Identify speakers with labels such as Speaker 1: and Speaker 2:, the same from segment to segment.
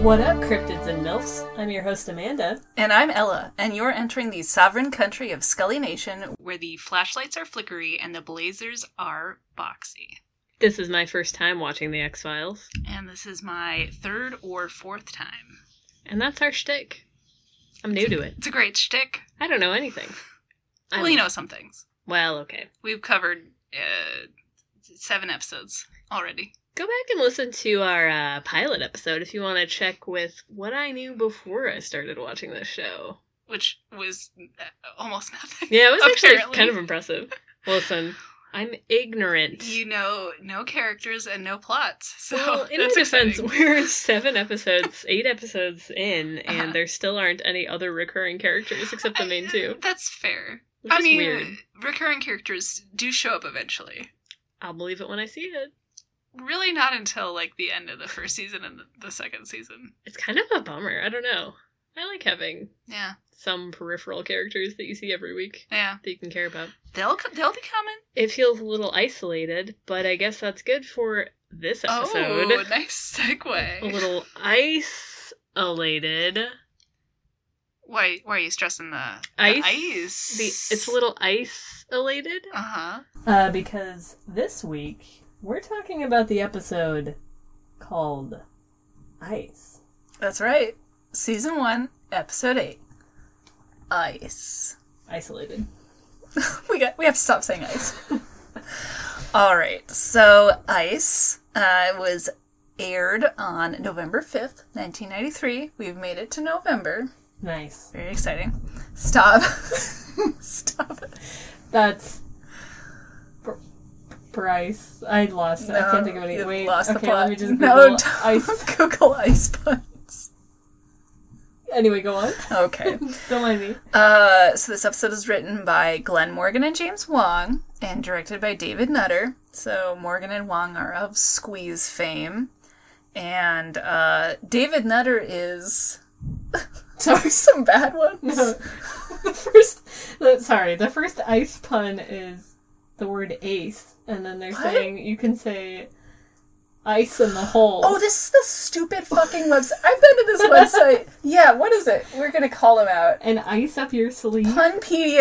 Speaker 1: What up, cryptids and MILFs? I'm your host, Amanda.
Speaker 2: And I'm Ella, and you're entering the sovereign country of Scully Nation, where the flashlights are flickery and the blazers are boxy.
Speaker 1: This is my first time watching The X Files,
Speaker 2: And this is my third or fourth time.
Speaker 1: and that's our shtick. I'm new to it.
Speaker 2: It's a great shtick.
Speaker 1: I don't know anything. I'm-
Speaker 2: Well, you know some things.
Speaker 1: Well, okay.
Speaker 2: We've covered uh, seven episodes already.
Speaker 1: Go back and listen to our uh, pilot episode if you want to check with what I knew before I started watching this show.
Speaker 2: Which was uh, almost nothing.
Speaker 1: Yeah, it was actually
Speaker 2: Apparently.
Speaker 1: kind of impressive. Listen, I'm ignorant.
Speaker 2: You know, no characters and no plots. So
Speaker 1: well, in my
Speaker 2: that's
Speaker 1: defense,
Speaker 2: exciting.
Speaker 1: we're seven episodes, eight episodes in, and
Speaker 2: Uh-huh.
Speaker 1: there still aren't any other recurring characters except the main
Speaker 2: I-
Speaker 1: two.
Speaker 2: That's fair.
Speaker 1: Which
Speaker 2: I
Speaker 1: is
Speaker 2: mean,
Speaker 1: weird.
Speaker 2: recurring characters do show up eventually.
Speaker 1: I'll believe it when I see it.
Speaker 2: Really, not until like the end of the first season and the, the second season.
Speaker 1: It's kind of a bummer. I don't know. I like having
Speaker 2: Yeah,
Speaker 1: some peripheral characters that you see every week
Speaker 2: yeah.
Speaker 1: that you can care about.
Speaker 2: They'll co- they'll be coming.
Speaker 1: It feels a little isolated, but I guess that's good for this episode.
Speaker 2: Oh, nice segue.
Speaker 1: A little isolated.
Speaker 2: Why why are you stressing the
Speaker 1: Ice.
Speaker 2: ice?
Speaker 1: The, it's a little isolated.
Speaker 2: Uh huh.
Speaker 3: Uh, because this week we're talking about the episode called Ice.
Speaker 2: That's right. Season one, episode eight. Ice.
Speaker 3: Isolated.
Speaker 2: we got we have to stop saying ice. All right. So ice uh, was aired on November fifth, nineteen ninety three. We've made it to November.
Speaker 3: Nice.
Speaker 2: Very exciting. Stop. stop.
Speaker 3: That's Br- Bryce. I lost. it. I can't think of any.
Speaker 2: you
Speaker 3: Wait.
Speaker 2: lost the
Speaker 3: okay,
Speaker 2: plot.
Speaker 3: let me just Google
Speaker 2: no, don't
Speaker 3: Ice.
Speaker 2: Google ice puns.
Speaker 3: Anyway, go on.
Speaker 2: Okay.
Speaker 3: Don't mind me.
Speaker 2: Uh, so this episode is written by Glenn Morgan and James Wong and directed by David Nutter. So Morgan and Wong are of Squeeze fame. And uh, David Nutter is
Speaker 3: Sorry.
Speaker 2: some bad ones.
Speaker 3: No. the first. The, sorry. The first ice pun is the word ace, and then they're
Speaker 2: What?
Speaker 3: saying you can say ice in the hole.
Speaker 2: Oh, this is the stupid fucking website. I've been to this website. Yeah, what is it? We're gonna call him out.
Speaker 3: and ice up your sleeve.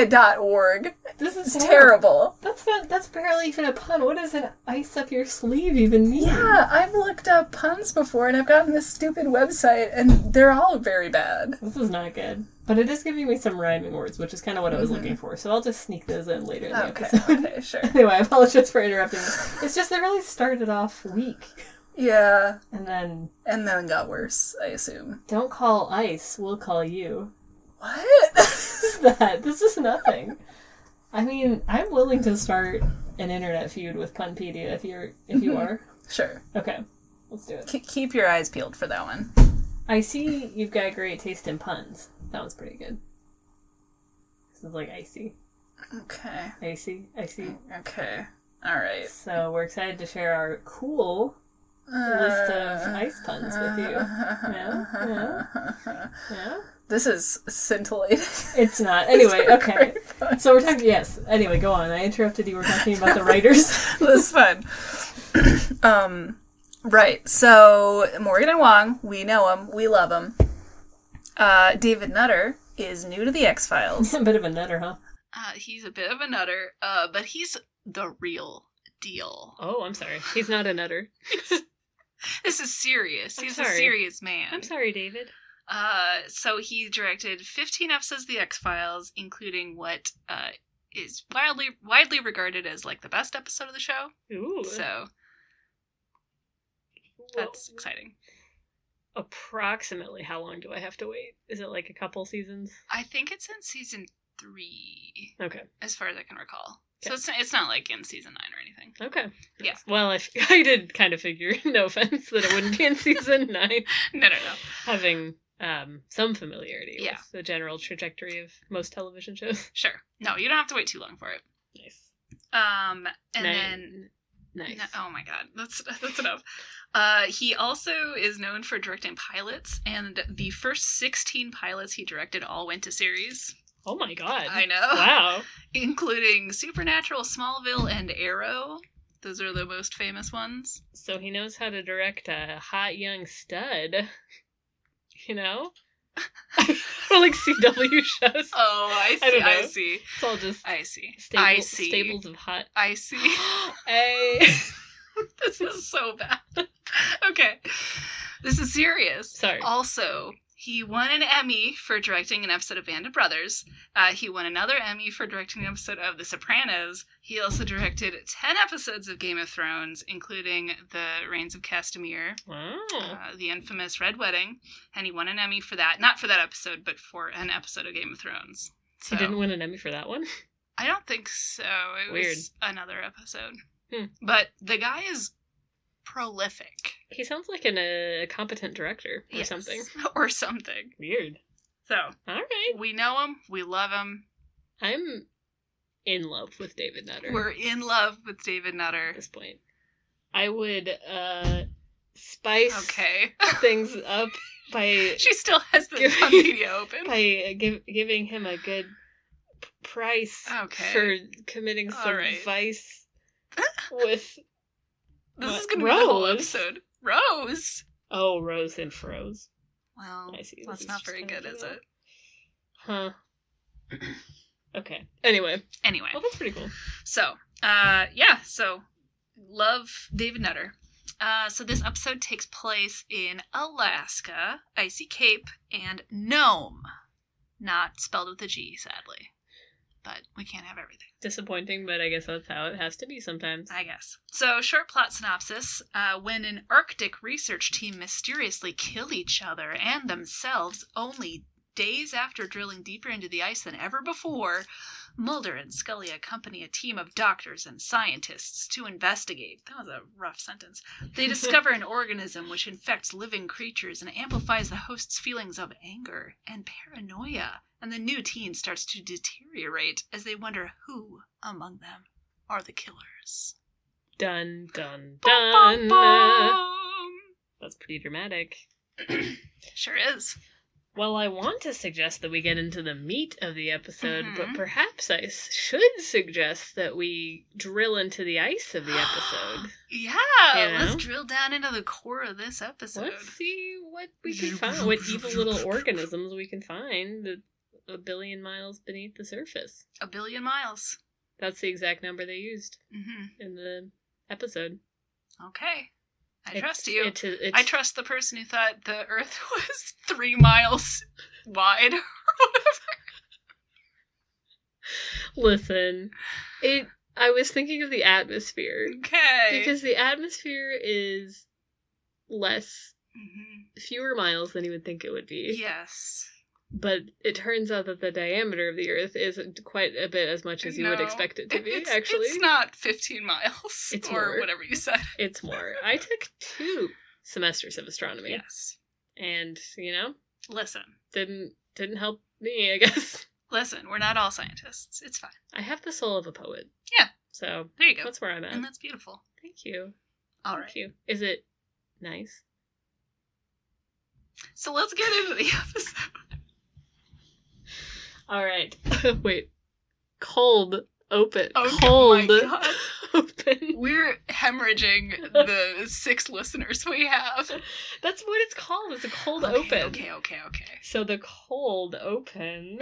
Speaker 2: Punpedia.org.
Speaker 3: This is
Speaker 2: It's
Speaker 3: terrible.
Speaker 2: terrible.
Speaker 3: That's not. That's barely even a pun. What does an ice up your sleeve even mean?
Speaker 2: Yeah, I've looked up puns before and I've gotten this stupid website and they're all very bad.
Speaker 3: This is not good. But it is giving me some rhyming words, which is kind of what I was looking for. So I'll just sneak those in later in the
Speaker 2: Mm-hmm. Okay,
Speaker 3: episode.
Speaker 2: okay, sure.
Speaker 3: anyway, I apologize for interrupting. It's just they really started off weak,
Speaker 2: Yeah,
Speaker 3: and then
Speaker 2: and then got worse, I assume.
Speaker 3: don't call ice, we'll call you.
Speaker 2: What?
Speaker 3: This is that. This is nothing. I mean, I'm willing to start an internet feud with Punpedia if you're if you are.
Speaker 2: sure.
Speaker 3: Okay, let's do it.
Speaker 2: K- keep your eyes peeled for that one.
Speaker 3: I see you've got great taste in puns. That one's pretty good. This is like icy,
Speaker 2: Okay.
Speaker 3: icy, icy.
Speaker 2: Okay. All right.
Speaker 3: So we're excited to share our cool list of
Speaker 2: Uh,
Speaker 3: ice puns with you. Yeah, yeah, yeah.
Speaker 2: This is scintillating.
Speaker 3: It's not. Anyway,
Speaker 2: These are
Speaker 3: okay.
Speaker 2: great puns.
Speaker 3: So we're talking. Yes. Anyway, go on. I interrupted you. We're talking about the writers.
Speaker 2: That's fun. um, right. So Morgan and Wong, we know him, we love him. Uh, David Nutter is new to the X Files.
Speaker 3: a bit of a nutter, huh?
Speaker 2: Uh, he's a bit of a nutter, uh, but he's the real deal.
Speaker 1: Oh, I'm sorry. He's not a nutter.
Speaker 2: This is serious.
Speaker 1: I'm
Speaker 2: he's a
Speaker 1: sorry.
Speaker 2: serious man.
Speaker 1: I'm sorry, David.
Speaker 2: Uh, so he directed 15 episodes of The X Files, including what uh, is wildly widely regarded as like the best episode of the show.
Speaker 1: Ooh.
Speaker 2: So that's exciting.
Speaker 1: approximately how long do I have to wait? Is it like a couple seasons?
Speaker 2: I think it's in season three,
Speaker 1: Okay.
Speaker 2: as far as I can recall.
Speaker 1: Okay.
Speaker 2: So it's not, it's not like in season nine or anything.
Speaker 1: Okay.
Speaker 2: Yeah.
Speaker 1: Well, I, f- I did kind of figure, no offense, that it wouldn't be in season nine,
Speaker 2: No, no, no.
Speaker 1: having um, some familiarity
Speaker 2: Yeah.
Speaker 1: with the general trajectory of most television shows.
Speaker 2: Sure. No, you don't have to wait too long for it.
Speaker 1: Nice.
Speaker 2: Um, and
Speaker 1: Ni-
Speaker 2: then
Speaker 1: nice.
Speaker 2: No- oh my god, that's that's enough. Uh, he also is known for directing pilots, and the first sixteen pilots he directed all went to series.
Speaker 1: Oh my god.
Speaker 2: I know,
Speaker 1: Wow.
Speaker 2: including Supernatural, Smallville, and Arrow. Those are the most famous ones.
Speaker 1: So he knows how to direct a hot young stud. you know? or like CW shows.
Speaker 2: Oh, I
Speaker 1: I
Speaker 2: see.
Speaker 1: don't
Speaker 2: I,
Speaker 1: know.
Speaker 2: see.
Speaker 1: It's all just
Speaker 2: I see.
Speaker 1: staple,
Speaker 2: I see.
Speaker 1: staples of hot.
Speaker 2: I see.
Speaker 1: hey.
Speaker 2: this is so bad. okay. This is serious.
Speaker 1: Sorry.
Speaker 2: Also, he won an Emmy for directing an episode of Band of Brothers. Uh, he won another Emmy for directing an episode of The Sopranos. He also directed 10 episodes of Game of Thrones, including The Reigns of Castamere,
Speaker 1: Wow.
Speaker 2: uh, the infamous Red Wedding, and he won an Emmy for that. Not for that episode, but for an episode of Game of Thrones. So,
Speaker 1: He didn't win an Emmy for that one.
Speaker 2: I don't think so. It
Speaker 1: Weird.
Speaker 2: was another episode.
Speaker 1: Hmm.
Speaker 2: But the guy is prolific.
Speaker 1: He sounds like an, uh, a competent director or
Speaker 2: Yes.
Speaker 1: something.
Speaker 2: Or something.
Speaker 1: Weird.
Speaker 2: So
Speaker 1: All right.
Speaker 2: we know him. We love him.
Speaker 1: I'm in love with David Nutter
Speaker 2: We're in love with David
Speaker 1: at
Speaker 2: Nutter.
Speaker 1: this point. I would uh spice
Speaker 2: Okay.
Speaker 1: things up by
Speaker 2: she still has the
Speaker 1: Give me-
Speaker 2: Wikipedia open.
Speaker 1: by give, giving him a good p- price
Speaker 2: Okay.
Speaker 1: for committing
Speaker 2: All
Speaker 1: some
Speaker 2: right.
Speaker 1: vice with
Speaker 2: This is
Speaker 1: But
Speaker 2: going to be the whole
Speaker 1: Rose-
Speaker 2: episode. Rose.
Speaker 1: oh Rose and Froze.
Speaker 2: Well,
Speaker 1: I see. This
Speaker 2: that's
Speaker 1: is
Speaker 2: not
Speaker 1: just
Speaker 2: very
Speaker 1: kinda
Speaker 2: good, is
Speaker 1: coming
Speaker 2: it?
Speaker 1: Huh. okay. Anyway,
Speaker 2: Anyway.
Speaker 1: well that's pretty cool.
Speaker 2: So, uh, yeah, so love David Nutter. Uh, so this episode takes place in Alaska, Icy Cape, and Nome. Not spelled with a G, sadly. But we can't have everything.
Speaker 1: Disappointing, but I guess that's how it has to be sometimes.
Speaker 2: I guess. So, short plot synopsis uh, when an Arctic research team mysteriously kill each other and themselves only days after drilling deeper into the ice than ever before, Mulder and Scully accompany a team of doctors and scientists to investigate. That was a rough sentence. They discover an organism which infects living creatures and amplifies the host's feelings of anger and paranoia. And the new teen starts to deteriorate as they wonder who among them are the killers.
Speaker 1: Dun dun
Speaker 2: Bum,
Speaker 1: dun.
Speaker 2: bum.
Speaker 1: That's pretty dramatic.
Speaker 2: Sure is.
Speaker 1: Well, I want to suggest that we get into the meat of the episode,
Speaker 2: Mhm.
Speaker 1: but perhaps I s- should suggest that we drill into the ice of the episode.
Speaker 2: Yeah,
Speaker 1: You
Speaker 2: let's
Speaker 1: know?
Speaker 2: drill down into the core of this episode.
Speaker 1: Let's see what we can find, what evil little organisms we can find that- a billion miles beneath the surface.
Speaker 2: A billion miles.
Speaker 1: That's the exact number they used
Speaker 2: hmm
Speaker 1: in the episode.
Speaker 2: Okay. I
Speaker 1: It's-
Speaker 2: trust you.
Speaker 1: It, it,
Speaker 2: I trust the person who thought the Earth was three miles wide or whatever.
Speaker 1: Listen, it. I was thinking of the atmosphere
Speaker 2: Okay.
Speaker 1: because the atmosphere is less
Speaker 2: Mhm.
Speaker 1: fewer miles than you would think it would be.
Speaker 2: Yes.
Speaker 1: But it turns out that the diameter of the Earth isn't quite a bit as much as you would
Speaker 2: No,
Speaker 1: expect it to be,
Speaker 2: it's,
Speaker 1: actually.
Speaker 2: It's not 15 miles
Speaker 1: It's
Speaker 2: or
Speaker 1: more.
Speaker 2: whatever you said.
Speaker 1: It's more. I took two semesters of astronomy.
Speaker 2: Yes.
Speaker 1: And, you know,
Speaker 2: Listen.
Speaker 1: didn't didn't help me, I guess.
Speaker 2: Listen, we're not all scientists. It's fine.
Speaker 1: I have the soul of a poet.
Speaker 2: Yeah.
Speaker 1: So
Speaker 2: There you go.
Speaker 1: that's where I'm at.
Speaker 2: and that's beautiful.
Speaker 1: Thank you.
Speaker 2: All
Speaker 1: Thank
Speaker 2: right.
Speaker 1: you. Is it nice?
Speaker 2: So let's get into the episode.
Speaker 1: All right. Wait. Cold open.
Speaker 2: Oh, my
Speaker 1: Cold
Speaker 2: God.
Speaker 1: open.
Speaker 2: We're hemorrhaging the six listeners we have.
Speaker 1: That's what it's called. It's a cold
Speaker 2: okay,
Speaker 1: open.
Speaker 2: Okay, okay, okay.
Speaker 1: So the cold open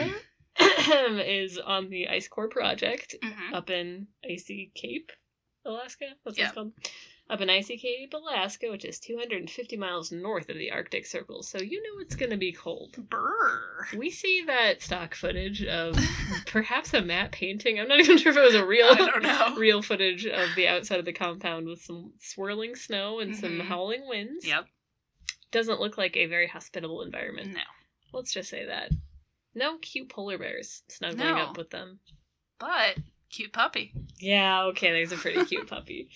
Speaker 1: is on the Ice Core project
Speaker 2: hmm
Speaker 1: up in Icy Cape, Alaska. That's what
Speaker 2: Yeah.
Speaker 1: it's called. Up in Icy Cape, Alaska, which is 250 miles north of the Arctic Circle. So you know it's going to be cold.
Speaker 2: Brr.
Speaker 1: We see that stock footage of perhaps a matte painting. I'm not even sure if it was a real
Speaker 2: I don't know.
Speaker 1: real footage of the outside of the compound with some swirling snow and some
Speaker 2: Mhm.
Speaker 1: howling winds.
Speaker 2: Yep.
Speaker 1: Doesn't look like a very hospitable environment.
Speaker 2: No.
Speaker 1: Let's just say that. No cute polar bears snuggling
Speaker 2: No.
Speaker 1: up with them.
Speaker 2: But cute puppy.
Speaker 1: Yeah, okay, there's a pretty cute puppy.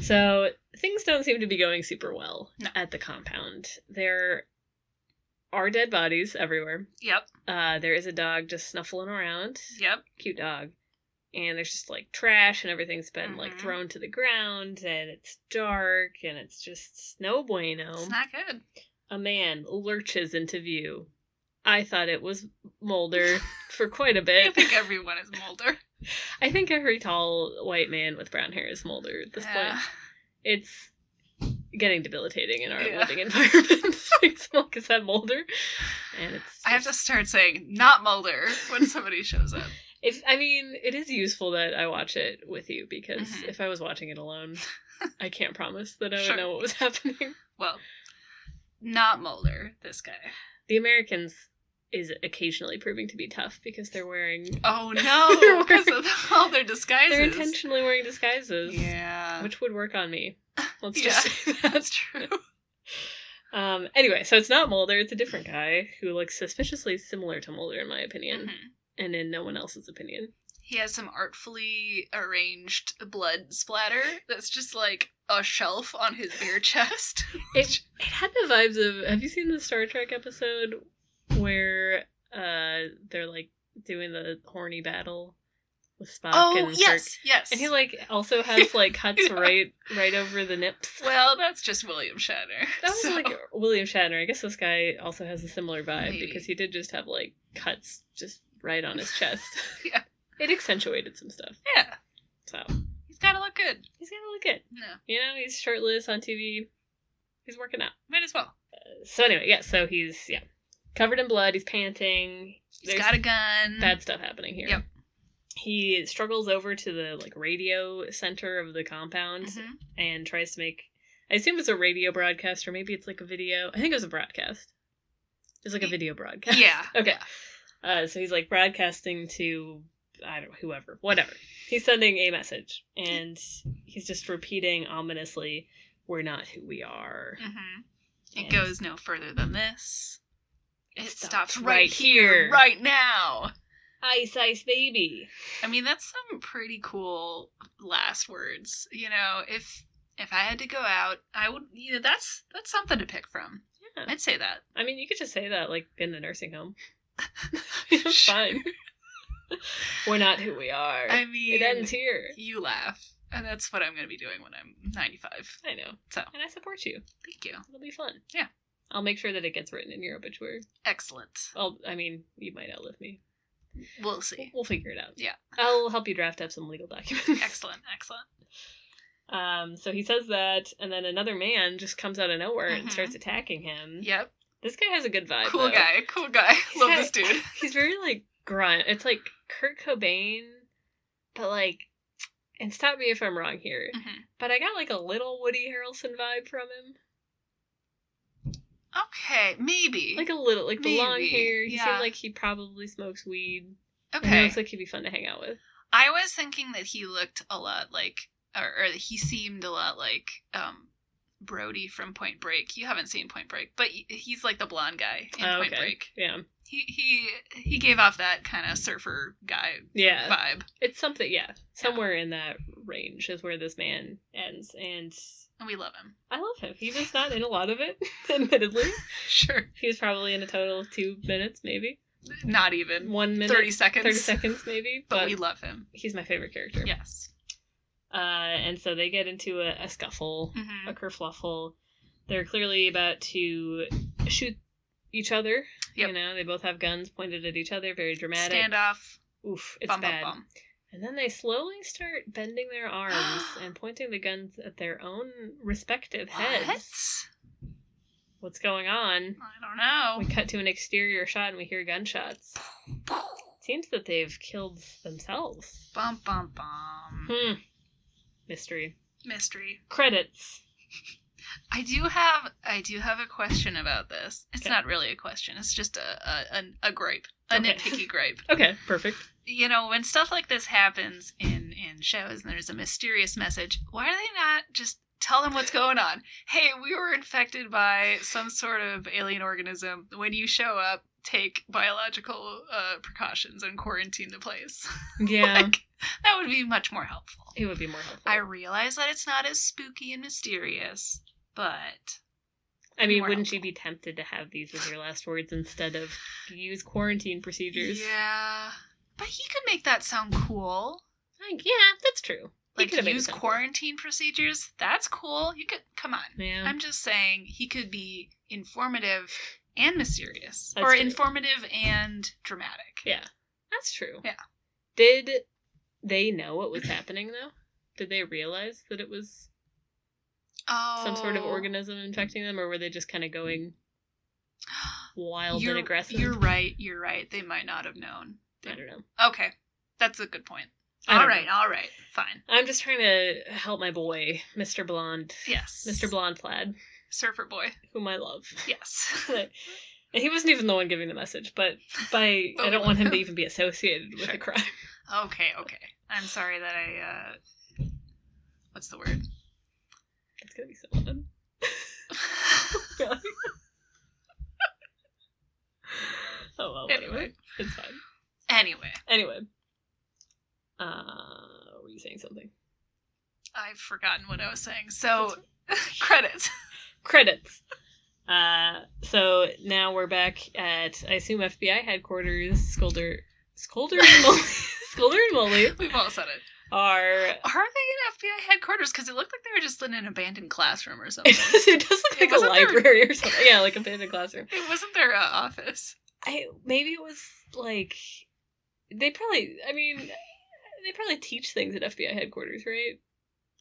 Speaker 1: So things don't seem to be going super well
Speaker 2: No.
Speaker 1: at the compound. There are dead bodies everywhere.
Speaker 2: Yep.
Speaker 1: Uh, there is a dog just snuffling around.
Speaker 2: Yep.
Speaker 1: Cute dog. And there's just like trash and everything's been like
Speaker 2: Mhm.
Speaker 1: thrown to the ground and it's dark and it's just no bueno.
Speaker 2: It's not good.
Speaker 1: a man lurches into view. I thought it was Mulder for quite a bit.
Speaker 2: I think everyone is Mulder.
Speaker 1: I think every tall white man with brown hair is Mulder at this
Speaker 2: Yeah.
Speaker 1: point. It's getting debilitating in our
Speaker 2: Yeah.
Speaker 1: living environments. Makes Milk is that Mulder, and it's.
Speaker 2: I have to start saying not Mulder when somebody shows up.
Speaker 1: It's. I mean, it is useful that I watch it with you because
Speaker 2: Mhm.
Speaker 1: if I was watching it alone, I can't promise that I would
Speaker 2: Sure.
Speaker 1: know what was happening.
Speaker 2: Well, not Mulder, this guy.
Speaker 1: The Americans is occasionally proving to be tough because they're wearing.
Speaker 2: Oh
Speaker 1: They're
Speaker 2: no, because
Speaker 1: wearing-
Speaker 2: of all their disguises.
Speaker 1: They're intentionally wearing disguises,
Speaker 2: Yeah.
Speaker 1: which would work on me. Let's
Speaker 2: Yeah.
Speaker 1: just say that.
Speaker 2: That's true.
Speaker 1: Um, anyway, so it's not Mulder, it's a different guy who looks suspiciously similar to Mulder, in my opinion,
Speaker 2: Mhm.
Speaker 1: and in no one else's opinion.
Speaker 2: He has some artfully arranged blood splatter that's just like a shelf on his bare chest.
Speaker 1: It, it had the vibes of have you seen the Star Trek episode where uh, they're like doing the horny battle with Spock
Speaker 2: oh,
Speaker 1: and Kirk?
Speaker 2: yes, yes.
Speaker 1: And he like also has like cuts
Speaker 2: Yeah.
Speaker 1: right right over the nips.
Speaker 2: well, that's just William Shatner.
Speaker 1: That was
Speaker 2: so-
Speaker 1: like William Shatner. I guess this guy also has a similar vibe
Speaker 2: Maybe.
Speaker 1: because he did just have like cuts just right on his chest.
Speaker 2: Yeah.
Speaker 1: It accentuated some stuff.
Speaker 2: Yeah,
Speaker 1: So
Speaker 2: he's gotta look good.
Speaker 1: he's gonna look good.
Speaker 2: No,
Speaker 1: You know, he's shirtless on TV. He's working out.
Speaker 2: might as well.
Speaker 1: So anyway, yeah. So he's yeah, covered in blood. He's panting.
Speaker 2: He's got a gun.
Speaker 1: bad stuff happening here.
Speaker 2: Yep.
Speaker 1: He struggles over to the like radio center of the compound
Speaker 2: Mhm.
Speaker 1: and tries to make. I assume it's a radio broadcast or maybe it's like a video. I think it was a broadcast. It's like a
Speaker 2: Y-
Speaker 1: video broadcast.
Speaker 2: Yeah.
Speaker 1: Okay.
Speaker 2: yeah.
Speaker 1: Uh, so he's like broadcasting to I don't know whoever, whatever. He's sending a message and he's just repeating ominously, "We're not who we are."
Speaker 2: Mhm.
Speaker 1: And-
Speaker 2: It goes no further than this. It, stops, right,
Speaker 1: here.
Speaker 2: right now.
Speaker 1: Ice, ice, baby.
Speaker 2: I mean, that's some pretty cool last words. You know, if if I had to go out, I would. You know, that's that's something to pick from.
Speaker 1: Yeah.
Speaker 2: I'd say that.
Speaker 1: I mean, you could just say that like in the nursing home. it's fine. We're not who we are.
Speaker 2: I mean,
Speaker 1: it ends here.
Speaker 2: you laugh, and that's what I'm going to be doing when I'm 95.
Speaker 1: I know.
Speaker 2: So.
Speaker 1: and I support you.
Speaker 2: Thank you.
Speaker 1: It'll be fun.
Speaker 2: Yeah.
Speaker 1: I'll make sure that it gets written in your obituary.
Speaker 2: Excellent.
Speaker 1: Well, I mean, you might outlive me.
Speaker 2: We'll see.
Speaker 1: We'll figure it out.
Speaker 2: Yeah.
Speaker 1: I'll help you draft up some legal documents.
Speaker 2: Excellent, excellent.
Speaker 1: Um, so he says that, and then another man just comes out of nowhere and
Speaker 2: Mhm.
Speaker 1: starts attacking him.
Speaker 2: Yep.
Speaker 1: This guy has a good vibe.
Speaker 2: Cool
Speaker 1: though.
Speaker 2: guy, cool guy.
Speaker 1: He's
Speaker 2: Love
Speaker 1: got-
Speaker 2: this dude.
Speaker 1: He's very like grunt. It's like Kurt Cobain, but like, and stop me if I'm wrong here,
Speaker 2: Mhm.
Speaker 1: but I got like a little Woody Harrelson vibe from him.
Speaker 2: Okay, maybe.
Speaker 1: Like a little, like the long
Speaker 2: Maybe,
Speaker 1: hair. He seemed
Speaker 2: yeah.
Speaker 1: like he probably smokes weed. And he
Speaker 2: okay.
Speaker 1: looks like he'd be fun to hang out with.
Speaker 2: I was thinking that he looked a lot like, or, or that he seemed a lot like um Brody from Point Break. You haven't seen Point Break, but he- he's like the blonde guy in
Speaker 1: Oh,
Speaker 2: Point
Speaker 1: okay.
Speaker 2: Break.
Speaker 1: Yeah,
Speaker 2: He he he gave off that kind of surfer guy
Speaker 1: yeah.
Speaker 2: vibe,
Speaker 1: It's something. Yeah, somewhere in that range is where this man ends, and
Speaker 2: and we love him.
Speaker 1: I love him. He was not in a lot of it, admittedly.
Speaker 2: Sure,
Speaker 1: He was probably in a total of two minutes, maybe
Speaker 2: not even
Speaker 1: one minute,
Speaker 2: thirty seconds.
Speaker 1: 30 seconds maybe
Speaker 2: but we love him.
Speaker 1: he's my favorite character
Speaker 2: Yes.
Speaker 1: uh, and so they get into a, a scuffle
Speaker 2: hmm
Speaker 1: a kerfluffle they're clearly about to shoot each other you
Speaker 2: Yep.
Speaker 1: know they both have guns pointed at each other very dramatic
Speaker 2: Standoff.
Speaker 1: oof it's
Speaker 2: Bum bum
Speaker 1: bad
Speaker 2: bum.
Speaker 1: and then they slowly start bending their arms and pointing the guns at their own respective heads what's going on
Speaker 2: What? I
Speaker 1: we
Speaker 2: don't know.
Speaker 1: cut to an exterior shot and we hear gunshots seems that they've killed themselves
Speaker 2: Bum bum bum.
Speaker 1: Hmm. Mystery.
Speaker 2: Mystery.
Speaker 1: Credits.
Speaker 2: I do have I do have a question about this. It's
Speaker 1: Okay.
Speaker 2: not really a question. It's just a a, a, a gripe, a
Speaker 1: Okay.
Speaker 2: nitpicky gripe.
Speaker 1: Okay, perfect.
Speaker 2: You know, when stuff like this happens in in shows and there's a mysterious message, why do they not just tell them what's going on? Hey, we were infected by some sort of alien organism. When you show up, take biological uh, precautions and quarantine the place.
Speaker 1: Yeah.
Speaker 2: like that would be much more helpful.
Speaker 1: it would be more helpful. I,
Speaker 2: I realize that it's not as spooky and mysterious, but
Speaker 1: mean,
Speaker 2: more
Speaker 1: wouldn't you be tempted to have these as your last words instead of use quarantine procedures?
Speaker 2: yeah. But he could make that sound cool.
Speaker 1: Like, yeah, that's true. He
Speaker 2: Like
Speaker 1: could've made it
Speaker 2: use
Speaker 1: sound
Speaker 2: quarantine procedures. That's cool. You could come on.
Speaker 1: cool. Yeah.
Speaker 2: I'm just saying he could be informative and mysterious,
Speaker 1: That's
Speaker 2: or
Speaker 1: true.
Speaker 2: informative and dramatic.
Speaker 1: yeah. That's true.
Speaker 2: Yeah.
Speaker 1: Did they know what was happening though? Did they realize that it was
Speaker 2: Oh.
Speaker 1: some sort of organism infecting them, or were they just kind of going wild
Speaker 2: You're-
Speaker 1: and aggressive?
Speaker 2: You're right. You're right. They might not have known.
Speaker 1: I don't know.
Speaker 2: Okay, that's a good point.
Speaker 1: I don't
Speaker 2: All right.
Speaker 1: know.
Speaker 2: All right. Fine.
Speaker 1: I'm just trying to help my boy, Mr. Blonde,
Speaker 2: Yes.
Speaker 1: Mr. Blonde Plaid,
Speaker 2: Surfer boy.
Speaker 1: whom I love.
Speaker 2: Yes.
Speaker 1: and he wasn't even the one giving the message, but by
Speaker 2: But
Speaker 1: I
Speaker 2: we
Speaker 1: don't
Speaker 2: love
Speaker 1: want him to
Speaker 2: him.
Speaker 1: even be associated with
Speaker 2: Oh, Sure.
Speaker 1: a crime.
Speaker 2: okay. Okay. I'm sorry that I. uh What's the word?
Speaker 1: It's gonna be so fun. Really. oh well. Anyway,
Speaker 2: Anyway.
Speaker 1: it's fine.
Speaker 2: anyway,
Speaker 1: Anyway, uh, were you saying something?
Speaker 2: I've forgotten what I was saying. So credits.
Speaker 1: credits. Uh, so now we're back at I assume FBI headquarters. Scolder, Scolder, and Mully, Scolder and Mully
Speaker 2: We've all said it.
Speaker 1: are.
Speaker 2: Are they in FBI headquarters? Because it looked like they were just in an abandoned classroom or something.
Speaker 1: It does, it does look
Speaker 2: It
Speaker 1: like a
Speaker 2: wasn't their-
Speaker 1: library or something. Yeah, like a abandoned classroom.
Speaker 2: it wasn't their uh, office.
Speaker 1: I maybe it was like they probably. I mean, they probably teach things at FBI headquarters, right?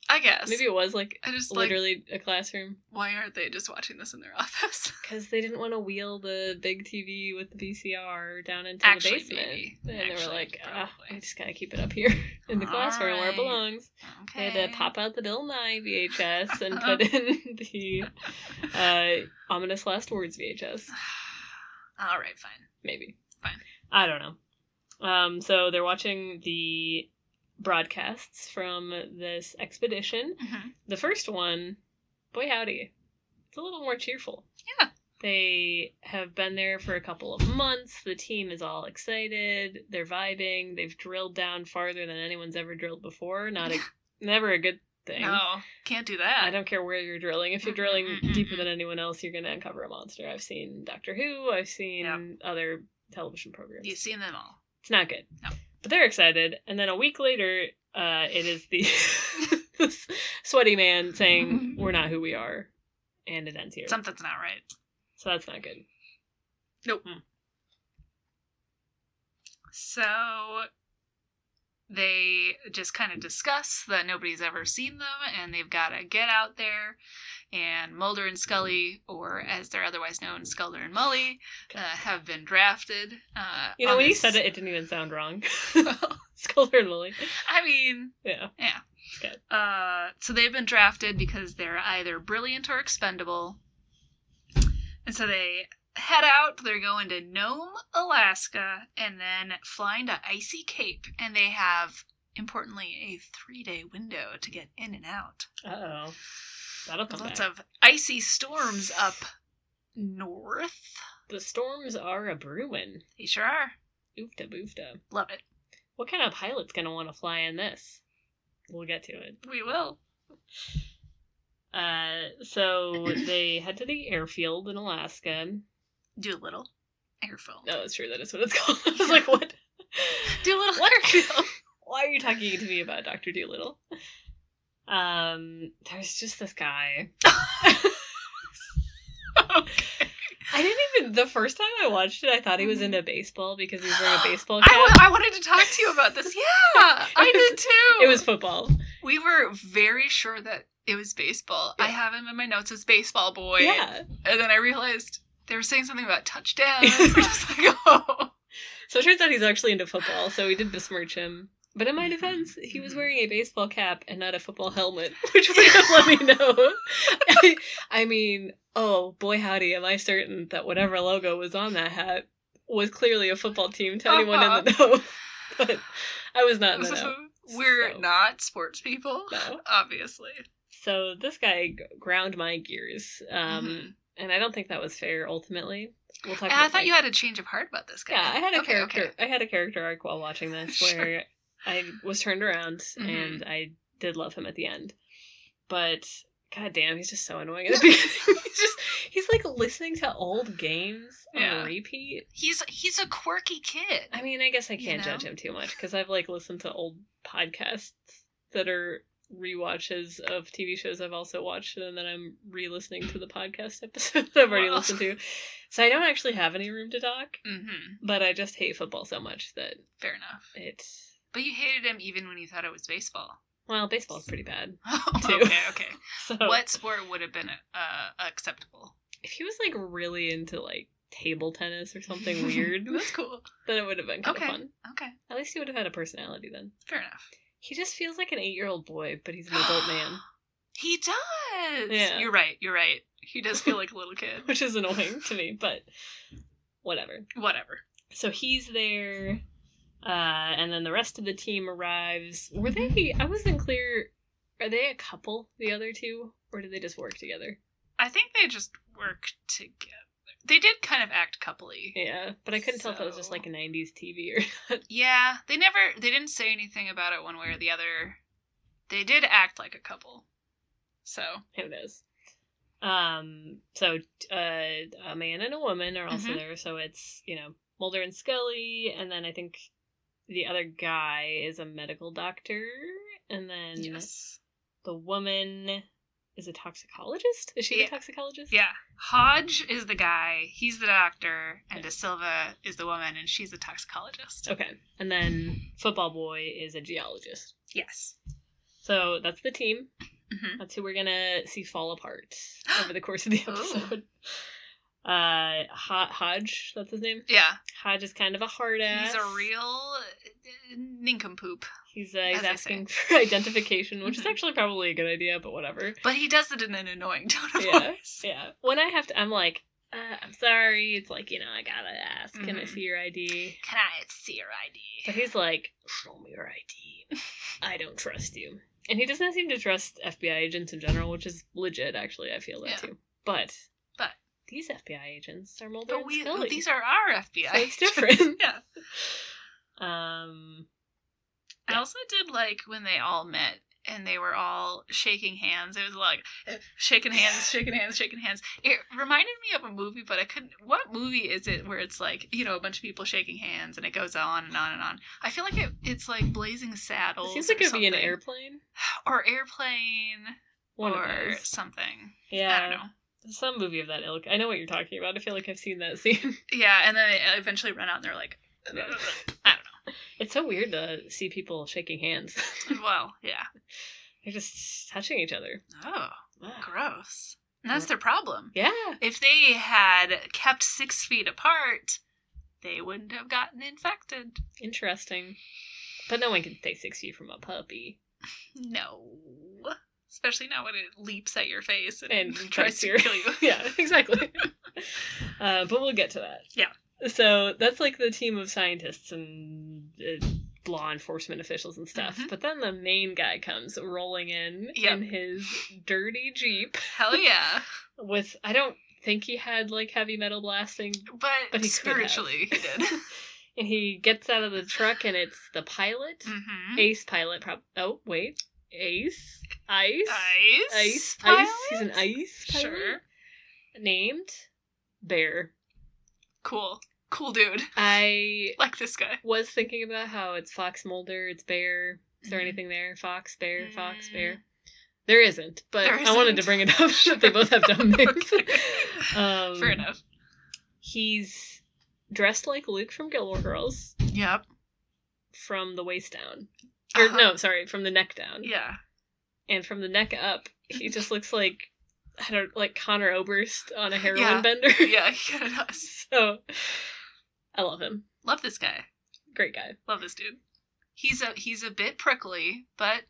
Speaker 2: I guess.
Speaker 1: Maybe it was like
Speaker 2: I just like
Speaker 1: literally a classroom
Speaker 2: why aren't they just watching this in their office?
Speaker 1: because they didn't want to wheel the big TV with the VCR down into
Speaker 2: Actually,
Speaker 1: the basement.
Speaker 2: maybe.
Speaker 1: And they were
Speaker 2: Actually,
Speaker 1: like, "Ah,
Speaker 2: probably."
Speaker 1: "I just gotta keep it up here in the classroom where
Speaker 2: Alright.
Speaker 1: it belongs."
Speaker 2: Okay.
Speaker 1: They had to pop out the Bill Nye VHS and put in the uh, ominous last words VHS.
Speaker 2: All right, fine.
Speaker 1: Maybe.
Speaker 2: Fine.
Speaker 1: I don't know. Um, so they're watching the broadcasts from this expedition.
Speaker 2: Mhm.
Speaker 1: The first one, boy howdy, it's a little more cheerful.
Speaker 2: Yeah.
Speaker 1: They have been there for a couple of months. The team is all excited. They're vibing. They've drilled down farther than anyone's ever drilled before. Not a never a good thing.
Speaker 2: No, can't do that.
Speaker 1: I don't care where you're drilling. If you're drilling
Speaker 2: Mm-mm-mm-mm.
Speaker 1: deeper than anyone else, you're going to uncover a monster. I've seen Doctor Who. I've seen other television programs.
Speaker 2: You've seen them all.
Speaker 1: It's not good.
Speaker 2: No.
Speaker 1: But they're excited. And then a week later, uh, it is the this sweaty man saying, We're not who we are. And it ends here.
Speaker 2: Something's not right.
Speaker 1: so that's not good.
Speaker 2: So they just kind of discuss that nobody's ever seen them and they've got to get out there. And Mulder and Scully, or as they're otherwise known, Scully and Mully, uh, have been drafted. Uh,
Speaker 1: You know,
Speaker 2: on
Speaker 1: when you
Speaker 2: this-
Speaker 1: said it, it didn't even sound wrong. Sculder and Lily.
Speaker 2: I mean,
Speaker 1: Yeah.
Speaker 2: Uh, so they've been drafted because they're either brilliant or expendable. And so they head out. They're going to Nome, Alaska, and then flying to Icy Cape. And they have, importantly, a three day window to get in and out.
Speaker 1: Uh oh. That'll come
Speaker 2: Lots
Speaker 1: back.
Speaker 2: of icy storms up north.
Speaker 1: The storms are a brewing.
Speaker 2: They sure are.
Speaker 1: Oofta boofta.
Speaker 2: Love it.
Speaker 1: What kind of pilot's gonna want to fly in this? We'll get to it.
Speaker 2: We will.
Speaker 1: Uh, so they head to the airfield in Alaska.
Speaker 2: Do a little airfield.
Speaker 1: No, it's true. That is what it's called. I was like, what?
Speaker 2: Do a little airfield.
Speaker 1: Why are you talking to me about Doctor Doolittle? Um, there's just this guy. I didn't even. The first time I watched it, I thought he was into baseball because he was wearing a baseball cap.
Speaker 2: I, wa- I wanted to talk to you about this. Yeah, I
Speaker 1: was-
Speaker 2: did too.
Speaker 1: it was football.
Speaker 2: We were very sure that it was baseball. I
Speaker 1: Yeah.
Speaker 2: have him in my notes as baseball boy.
Speaker 1: Yeah.
Speaker 2: And then I realized they were saying something about touchdowns. I was just like, oh.
Speaker 1: So it turns out he's actually into football, so we did besmirch him. But in my defense, he was
Speaker 2: Mhm.
Speaker 1: wearing a baseball cap and not a football helmet, which would have let me know. I, I mean, oh boy, howdy, am I certain that whatever logo was on that hat was clearly a football team to anyone in
Speaker 2: Uh-huh.
Speaker 1: the know. But I was not in the know.
Speaker 2: We're
Speaker 1: So-
Speaker 2: not sports people,
Speaker 1: No.
Speaker 2: obviously.
Speaker 1: So this guy g- ground my gears, um,
Speaker 2: Mhm.
Speaker 1: and I don't think that was fair. Ultimately, we'll talk.
Speaker 2: And
Speaker 1: about
Speaker 2: I thought
Speaker 1: my-
Speaker 2: you had a change of heart about this guy.
Speaker 1: Yeah, I had a
Speaker 2: Okay,
Speaker 1: character.
Speaker 2: okay.
Speaker 1: I had a character arc while watching this
Speaker 2: Sure.
Speaker 1: where I was turned around,
Speaker 2: Mhm.
Speaker 1: and I did love him at the end. But god damn, he's just so annoying at the beginning. he's just he's like listening to old games on
Speaker 2: Yeah.
Speaker 1: repeat.
Speaker 2: He's he's a quirky kid.
Speaker 1: I mean, I guess I
Speaker 2: You
Speaker 1: can't
Speaker 2: know?
Speaker 1: judge him too much because I've like listened to old podcasts that are rewatches of TV shows I've also watched, and then I'm re-listening to the podcast episodes I've already
Speaker 2: Wow.
Speaker 1: listened to. So I don't actually have any room to talk.
Speaker 2: hmm
Speaker 1: But I just hate football so much that
Speaker 2: Fair enough.
Speaker 1: it's
Speaker 2: But you hated him even when you thought it was baseball.
Speaker 1: Well, baseball's pretty bad.
Speaker 2: Oh,
Speaker 1: Two.
Speaker 2: okay, okay.
Speaker 1: So
Speaker 2: What sport would have been uh, acceptable?
Speaker 1: if he was like really into like table tennis or something weird,
Speaker 2: That's cool.
Speaker 1: then it would have been kind
Speaker 2: Okay.
Speaker 1: of fun.
Speaker 2: Okay,
Speaker 1: At least he would have had a personality then.
Speaker 2: fair enough.
Speaker 1: He just feels like an eight-year-old boy, but he's an adult man,
Speaker 2: He does.
Speaker 1: Yeah.
Speaker 2: You're right. You're right. He does feel like a little kid.
Speaker 1: which is annoying to me, but whatever.
Speaker 2: Whatever.
Speaker 1: so he's there uh and then the rest of the team arrives were they i wasn't clear are they a couple the other two or do they just work together
Speaker 2: I think they just work together. They did kind of act coupley.
Speaker 1: yeah but i couldn't tell if that was just
Speaker 2: So-
Speaker 1: like a 90s tv or
Speaker 2: Yeah, they never they didn't say anything about it one way or the other. They did act like a couple. So,
Speaker 1: who knows um so uh a man and a woman are also
Speaker 2: Mhm.
Speaker 1: there so it's you know mulder and scully and then i think the other guy is a medical doctor and then
Speaker 2: yes.
Speaker 1: the woman is a toxicologist is she
Speaker 2: Yeah.
Speaker 1: a toxicologist
Speaker 2: Yeah. Hodge is the guy, he's the doctor, and De Silva is the woman and she's a toxicologist.
Speaker 1: Okay. And then Football Boy is a geologist.
Speaker 2: Yes.
Speaker 1: So that's the team.
Speaker 2: Mhm.
Speaker 1: That's who we're going to see fall apart over the course of the
Speaker 2: Ooh.
Speaker 1: episode. Uh, Ho- Hodge, that's his name.
Speaker 2: Yeah.
Speaker 1: Hodge is kind of a hard ass.
Speaker 2: He's a real uh, nincompoop.
Speaker 1: He's, uh, he's
Speaker 2: as they
Speaker 1: asking for identification, which is
Speaker 2: Mhm.
Speaker 1: actually probably a good idea, but whatever.
Speaker 2: But he does it in an annoying tone of
Speaker 1: Yeah.
Speaker 2: voice.
Speaker 1: Yeah. When I have to, I'm like, uh, I'm sorry. It's like, you know, I gotta ask. Can I
Speaker 2: Mhm.
Speaker 1: see your ID?
Speaker 2: Can I see your
Speaker 1: But
Speaker 2: ID?
Speaker 1: he's like, show me your ID. I don't trust you. And he doesn't seem to trust FBI agents in general, which is legit, actually. I feel that
Speaker 2: Yeah.
Speaker 1: too. But
Speaker 2: But-
Speaker 1: these FBI agents are Mulder
Speaker 2: But
Speaker 1: and
Speaker 2: we
Speaker 1: Scully.
Speaker 2: these are our FBI.
Speaker 1: So it's different.
Speaker 2: yeah.
Speaker 1: um,
Speaker 2: I
Speaker 1: Yeah.
Speaker 2: also did like when they all met and they were all shaking hands. It was like eh, shaking hands, shaking hands, shaking hands. It reminded me of a movie, but I couldn't. What movie is it where it's like you know a bunch of people shaking hands and it goes on and on and on? I feel like it, it's like Blazing
Speaker 1: it
Speaker 2: Saddles.
Speaker 1: seems like
Speaker 2: or
Speaker 1: it'd be an
Speaker 2: something.
Speaker 1: airplane.
Speaker 2: or airplane
Speaker 1: One of
Speaker 2: or
Speaker 1: those.
Speaker 2: something.
Speaker 1: Yeah.
Speaker 2: I don't know.
Speaker 1: Some movie of that ilk. I know what you're talking about. I feel like I've seen that scene.
Speaker 2: Yeah, and then they eventually run out and they're like, I
Speaker 1: Yeah.
Speaker 2: don't
Speaker 1: it's so weird to see people shaking hands.
Speaker 2: know. Well, yeah.
Speaker 1: They're just touching each other.
Speaker 2: Oh,
Speaker 1: Ah.
Speaker 2: gross. And that's their problem.
Speaker 1: Yeah.
Speaker 2: If they had kept six feet apart, they wouldn't have gotten infected.
Speaker 1: Interesting. But no one can stay six feet from a puppy.
Speaker 2: No. Especially not when it leaps at your face and,
Speaker 1: and
Speaker 2: tries to kill you.
Speaker 1: yeah, exactly. uh, but we'll get to that.
Speaker 2: Yeah.
Speaker 1: So that's like the team of scientists and uh, law enforcement officials and stuff.
Speaker 2: Mhm.
Speaker 1: But then the main guy comes rolling in
Speaker 2: Yep.
Speaker 1: in his dirty jeep
Speaker 2: Hell yeah.
Speaker 1: with I don't think he had like heavy metal blasting,
Speaker 2: But,
Speaker 1: but he
Speaker 2: spiritually, he
Speaker 1: could have.
Speaker 2: did.
Speaker 1: and he gets out of the truck and it's the pilot,
Speaker 2: hmm
Speaker 1: Ace pilot. Prob- oh wait, Ace, Ice,
Speaker 2: Ice.
Speaker 1: Ice,
Speaker 2: pilot?
Speaker 1: Ice. He's an Ice pilot
Speaker 2: Sure.
Speaker 1: named Bear.
Speaker 2: Cool. Cool dude.
Speaker 1: I
Speaker 2: Like this guy.
Speaker 1: was thinking about how it's Fox Mulder, it's Bear. Is there
Speaker 2: Mhm.
Speaker 1: anything there? Fox, Bear, Fox,
Speaker 2: Mm.
Speaker 1: Bear. There isn't, but
Speaker 2: There
Speaker 1: I wanted to
Speaker 2: isn't.
Speaker 1: bring it up that they both have dumb names.
Speaker 2: Okay.
Speaker 1: um,
Speaker 2: Fair enough.
Speaker 1: He's dressed like Luke from Gilmore Girls
Speaker 2: Yep.
Speaker 1: from the waist down. Or
Speaker 2: Uh-huh.
Speaker 1: no, sorry, from the neck down.
Speaker 2: Yeah.
Speaker 1: And from the neck up, he just looks like I don't like Connor Oberst on a heroin
Speaker 2: Yeah.
Speaker 1: bender.
Speaker 2: Yeah, he kind of does.
Speaker 1: So I love him.
Speaker 2: Love this guy.
Speaker 1: Great guy.
Speaker 2: Love this dude. He's a he's a bit prickly, but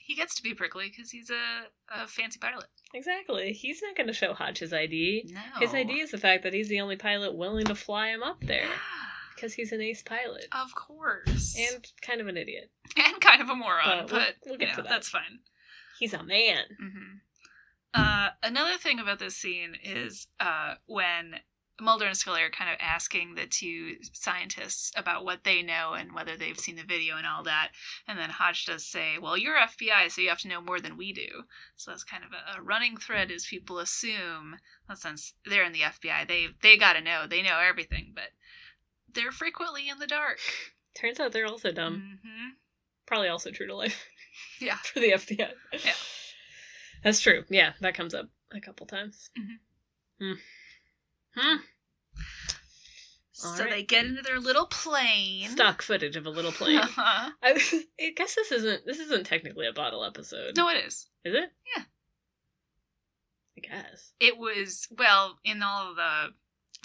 Speaker 2: he gets to be prickly because he's a, a fancy pilot.
Speaker 1: Exactly. He's not going to show Hodge his ID.
Speaker 2: No,
Speaker 1: His idea is the fact that he's the only pilot willing to fly him up there because he's an ace pilot
Speaker 2: of course, and
Speaker 1: and kind of an idiot.
Speaker 2: and kind of a moron,
Speaker 1: But
Speaker 2: but,
Speaker 1: we'll- we'll get
Speaker 2: you know,
Speaker 1: to that.
Speaker 2: That's fine.
Speaker 1: He's a man.
Speaker 2: hmm Uh, another thing about this scene is uh, when Mulder and Scully are kind of asking the two scientists about what they know and whether they've seen the video and all that. And then Hodge does say, Well, you're FBI, so you have to know more than we do. So that's kind of a, a running thread is people assume, well, since they're in the FBI, they they got to know. They know everything, but they're frequently in the dark.
Speaker 1: Turns out they're also dumb.
Speaker 2: hmm
Speaker 1: Probably also true to life
Speaker 2: Yeah.
Speaker 1: for the FBI.
Speaker 2: Yeah.
Speaker 1: That's true. Yeah, that comes up a couple times.
Speaker 2: Mhm.
Speaker 1: Hmm. Hmm. All
Speaker 2: so
Speaker 1: right.
Speaker 2: they get into their little plane.
Speaker 1: Stock footage of a little plane.
Speaker 2: Uh-huh.
Speaker 1: I, I guess this isn't this isn't technically a bottle episode.
Speaker 2: No, it is.
Speaker 1: is it?
Speaker 2: Yeah.
Speaker 1: I guess.
Speaker 2: It was well in all of the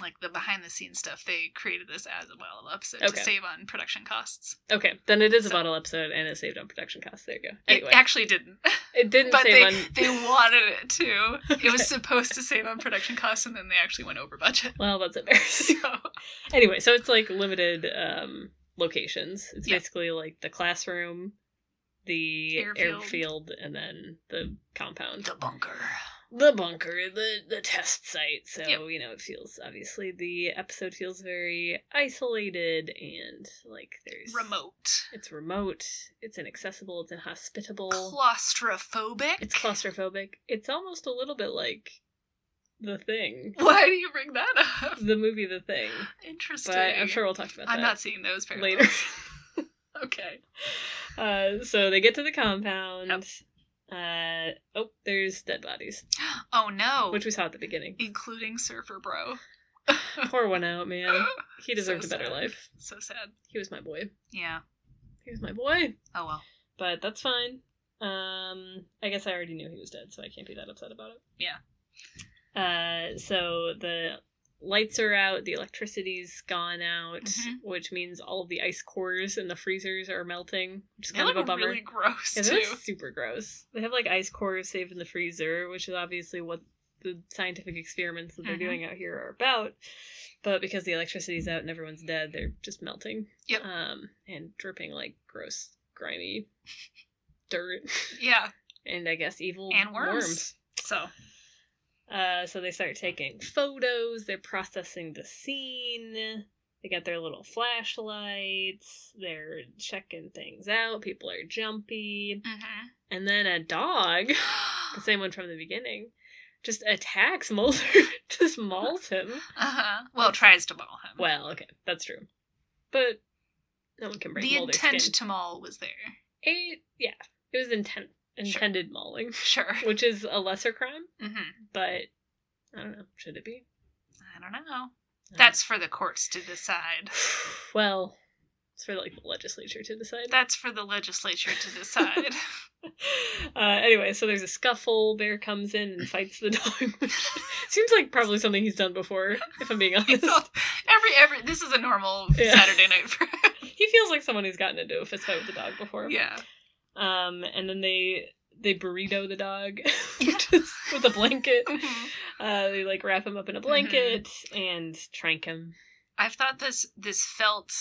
Speaker 2: like the behind the scenes stuff. They created this as a bottle episode to
Speaker 1: Okay.
Speaker 2: save on production costs.
Speaker 1: Okay, then it is
Speaker 2: So-
Speaker 1: a bottle episode, and it saved on production costs. There you go.
Speaker 2: It
Speaker 1: Anyway, it,
Speaker 2: actually didn't,
Speaker 1: didn't
Speaker 2: but
Speaker 1: save
Speaker 2: they
Speaker 1: on.
Speaker 2: they wanted it to. It was supposed to save on production costs, and then they actually went over budget.
Speaker 1: Well, that's embarrassing.
Speaker 2: So
Speaker 1: anyway, so it's like limited um locations. It's
Speaker 2: Yeah.
Speaker 1: basically like the classroom, the
Speaker 2: Airfield.
Speaker 1: airfield. and then the compound,
Speaker 2: the bunker.
Speaker 1: the bunker, the the test site. So
Speaker 2: Yep.
Speaker 1: you know, it feels obviously the episode feels very isolated and like there's
Speaker 2: Remote.
Speaker 1: It's remote. It's inaccessible. It's inhospitable.
Speaker 2: Claustrophobic.
Speaker 1: it's claustrophobic. It's almost a little bit like the thing,
Speaker 2: Why do you bring that up?
Speaker 1: the movie The Thing.
Speaker 2: Interesting.
Speaker 1: But I'm sure we'll talk about
Speaker 2: I'm
Speaker 1: that.
Speaker 2: not seeing those parallels.
Speaker 1: later.
Speaker 2: okay.
Speaker 1: Uh, so they get to the compound. Uh, oh, there's dead bodies,
Speaker 2: Oh no.
Speaker 1: which we saw at the beginning.
Speaker 2: including Surfer Bro.
Speaker 1: Poor one out, man. He
Speaker 2: So
Speaker 1: deserved a better
Speaker 2: sad.
Speaker 1: life.
Speaker 2: so sad.
Speaker 1: He was my boy.
Speaker 2: Yeah.
Speaker 1: He was my boy.
Speaker 2: Oh well.
Speaker 1: But that's fine. Um, I guess I already knew he was dead, so I can't be that upset about it.
Speaker 2: Yeah.
Speaker 1: Uh, so the lights are out, the electricity's gone out,
Speaker 2: Mhm.
Speaker 1: which means all of the ice cores in the freezers are melting, which is
Speaker 2: They
Speaker 1: kind of a
Speaker 2: look
Speaker 1: bummer.
Speaker 2: really gross
Speaker 1: Yeah,
Speaker 2: too.
Speaker 1: they're super gross. They have like ice cores saved in the freezer, which is obviously what the scientific experiments that they're
Speaker 2: Mhm.
Speaker 1: doing out here are about. But because the electricity's out and everyone's dead, they're just melting.
Speaker 2: Yep.
Speaker 1: Um, and dripping like gross, grimy dirt,
Speaker 2: Yeah.
Speaker 1: and I guess evil
Speaker 2: And worms.
Speaker 1: worms.
Speaker 2: So
Speaker 1: Uh, so they start taking photos. They're processing the scene. They got their little flashlights. They're checking things out. People are jumpy.
Speaker 2: mm-hmm.
Speaker 1: And then a dog, the same one from the beginning, just attacks Mulder, just mauls him.
Speaker 2: uh-huh. Well, tries to maul him.
Speaker 1: Well, okay, that's true. But no one can break
Speaker 2: the
Speaker 1: Mulder's
Speaker 2: intent
Speaker 1: skin.
Speaker 2: to maul was there.
Speaker 1: It, yeah, it was intent intended mauling,
Speaker 2: Sure.
Speaker 1: which is a lesser crime,
Speaker 2: Mm-hmm.
Speaker 1: but I don't know, should it be?
Speaker 2: I don't know.
Speaker 1: I don't know.
Speaker 2: That's for the courts to decide.
Speaker 1: well, it's for like the legislature to decide.
Speaker 2: That's for the legislature to decide.
Speaker 1: Uh, anyway, so there's a scuffle. Bear comes in and fights the dog. which Seems like probably something he's done before. If I'm being honest,
Speaker 2: It's all- every every this is a normal
Speaker 1: Yeah.
Speaker 2: Saturday night for
Speaker 1: he feels like someone who's gotten into a fist fight with the dog before.
Speaker 2: yeah.
Speaker 1: Um, and then they they burrito the dog
Speaker 2: Yeah.
Speaker 1: just with a blanket.
Speaker 2: Mhm.
Speaker 1: Uh, they like wrap him up
Speaker 2: Mm-hmm.
Speaker 1: in a blanket and trank him.
Speaker 2: I've thought this this felt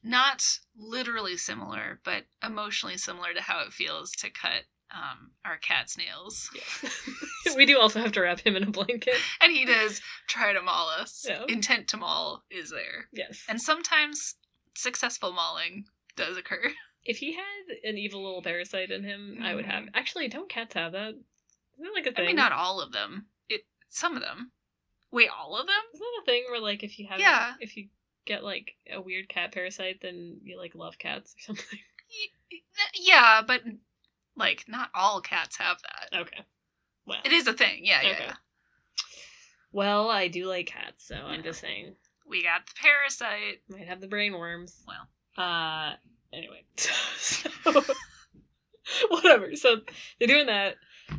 Speaker 2: not literally similar, but emotionally similar to how it feels to cut um, our cat's nails.
Speaker 1: Yes. we do also have to wrap him in a blanket.
Speaker 2: And he does try to maul us.
Speaker 1: Yeah.
Speaker 2: Intent to maul is there,
Speaker 1: Yes.
Speaker 2: and sometimes successful mauling does occur.
Speaker 1: If he had an evil little parasite in him, I would have.
Speaker 2: Mhm.
Speaker 1: Actually, don't cats have that? Isn't that like a
Speaker 2: I
Speaker 1: thing?
Speaker 2: mean, not all of them. It some of them. Wait, all of them?
Speaker 1: Isn't that a thing where like if you have
Speaker 2: Yeah.
Speaker 1: if you get like a weird cat parasite, then you like love cats or something?
Speaker 2: Y- Yeah, but like not all cats have that.
Speaker 1: Okay. Well.
Speaker 2: It is a thing. Yeah, yeah.
Speaker 1: Okay.
Speaker 2: yeah.
Speaker 1: Well, I do like cats, so I'm
Speaker 2: Yeah.
Speaker 1: just saying
Speaker 2: We got the parasite.
Speaker 1: might have the brain worms.
Speaker 2: Well.
Speaker 1: Uh. Anyway. so, whatever. So they're doing that.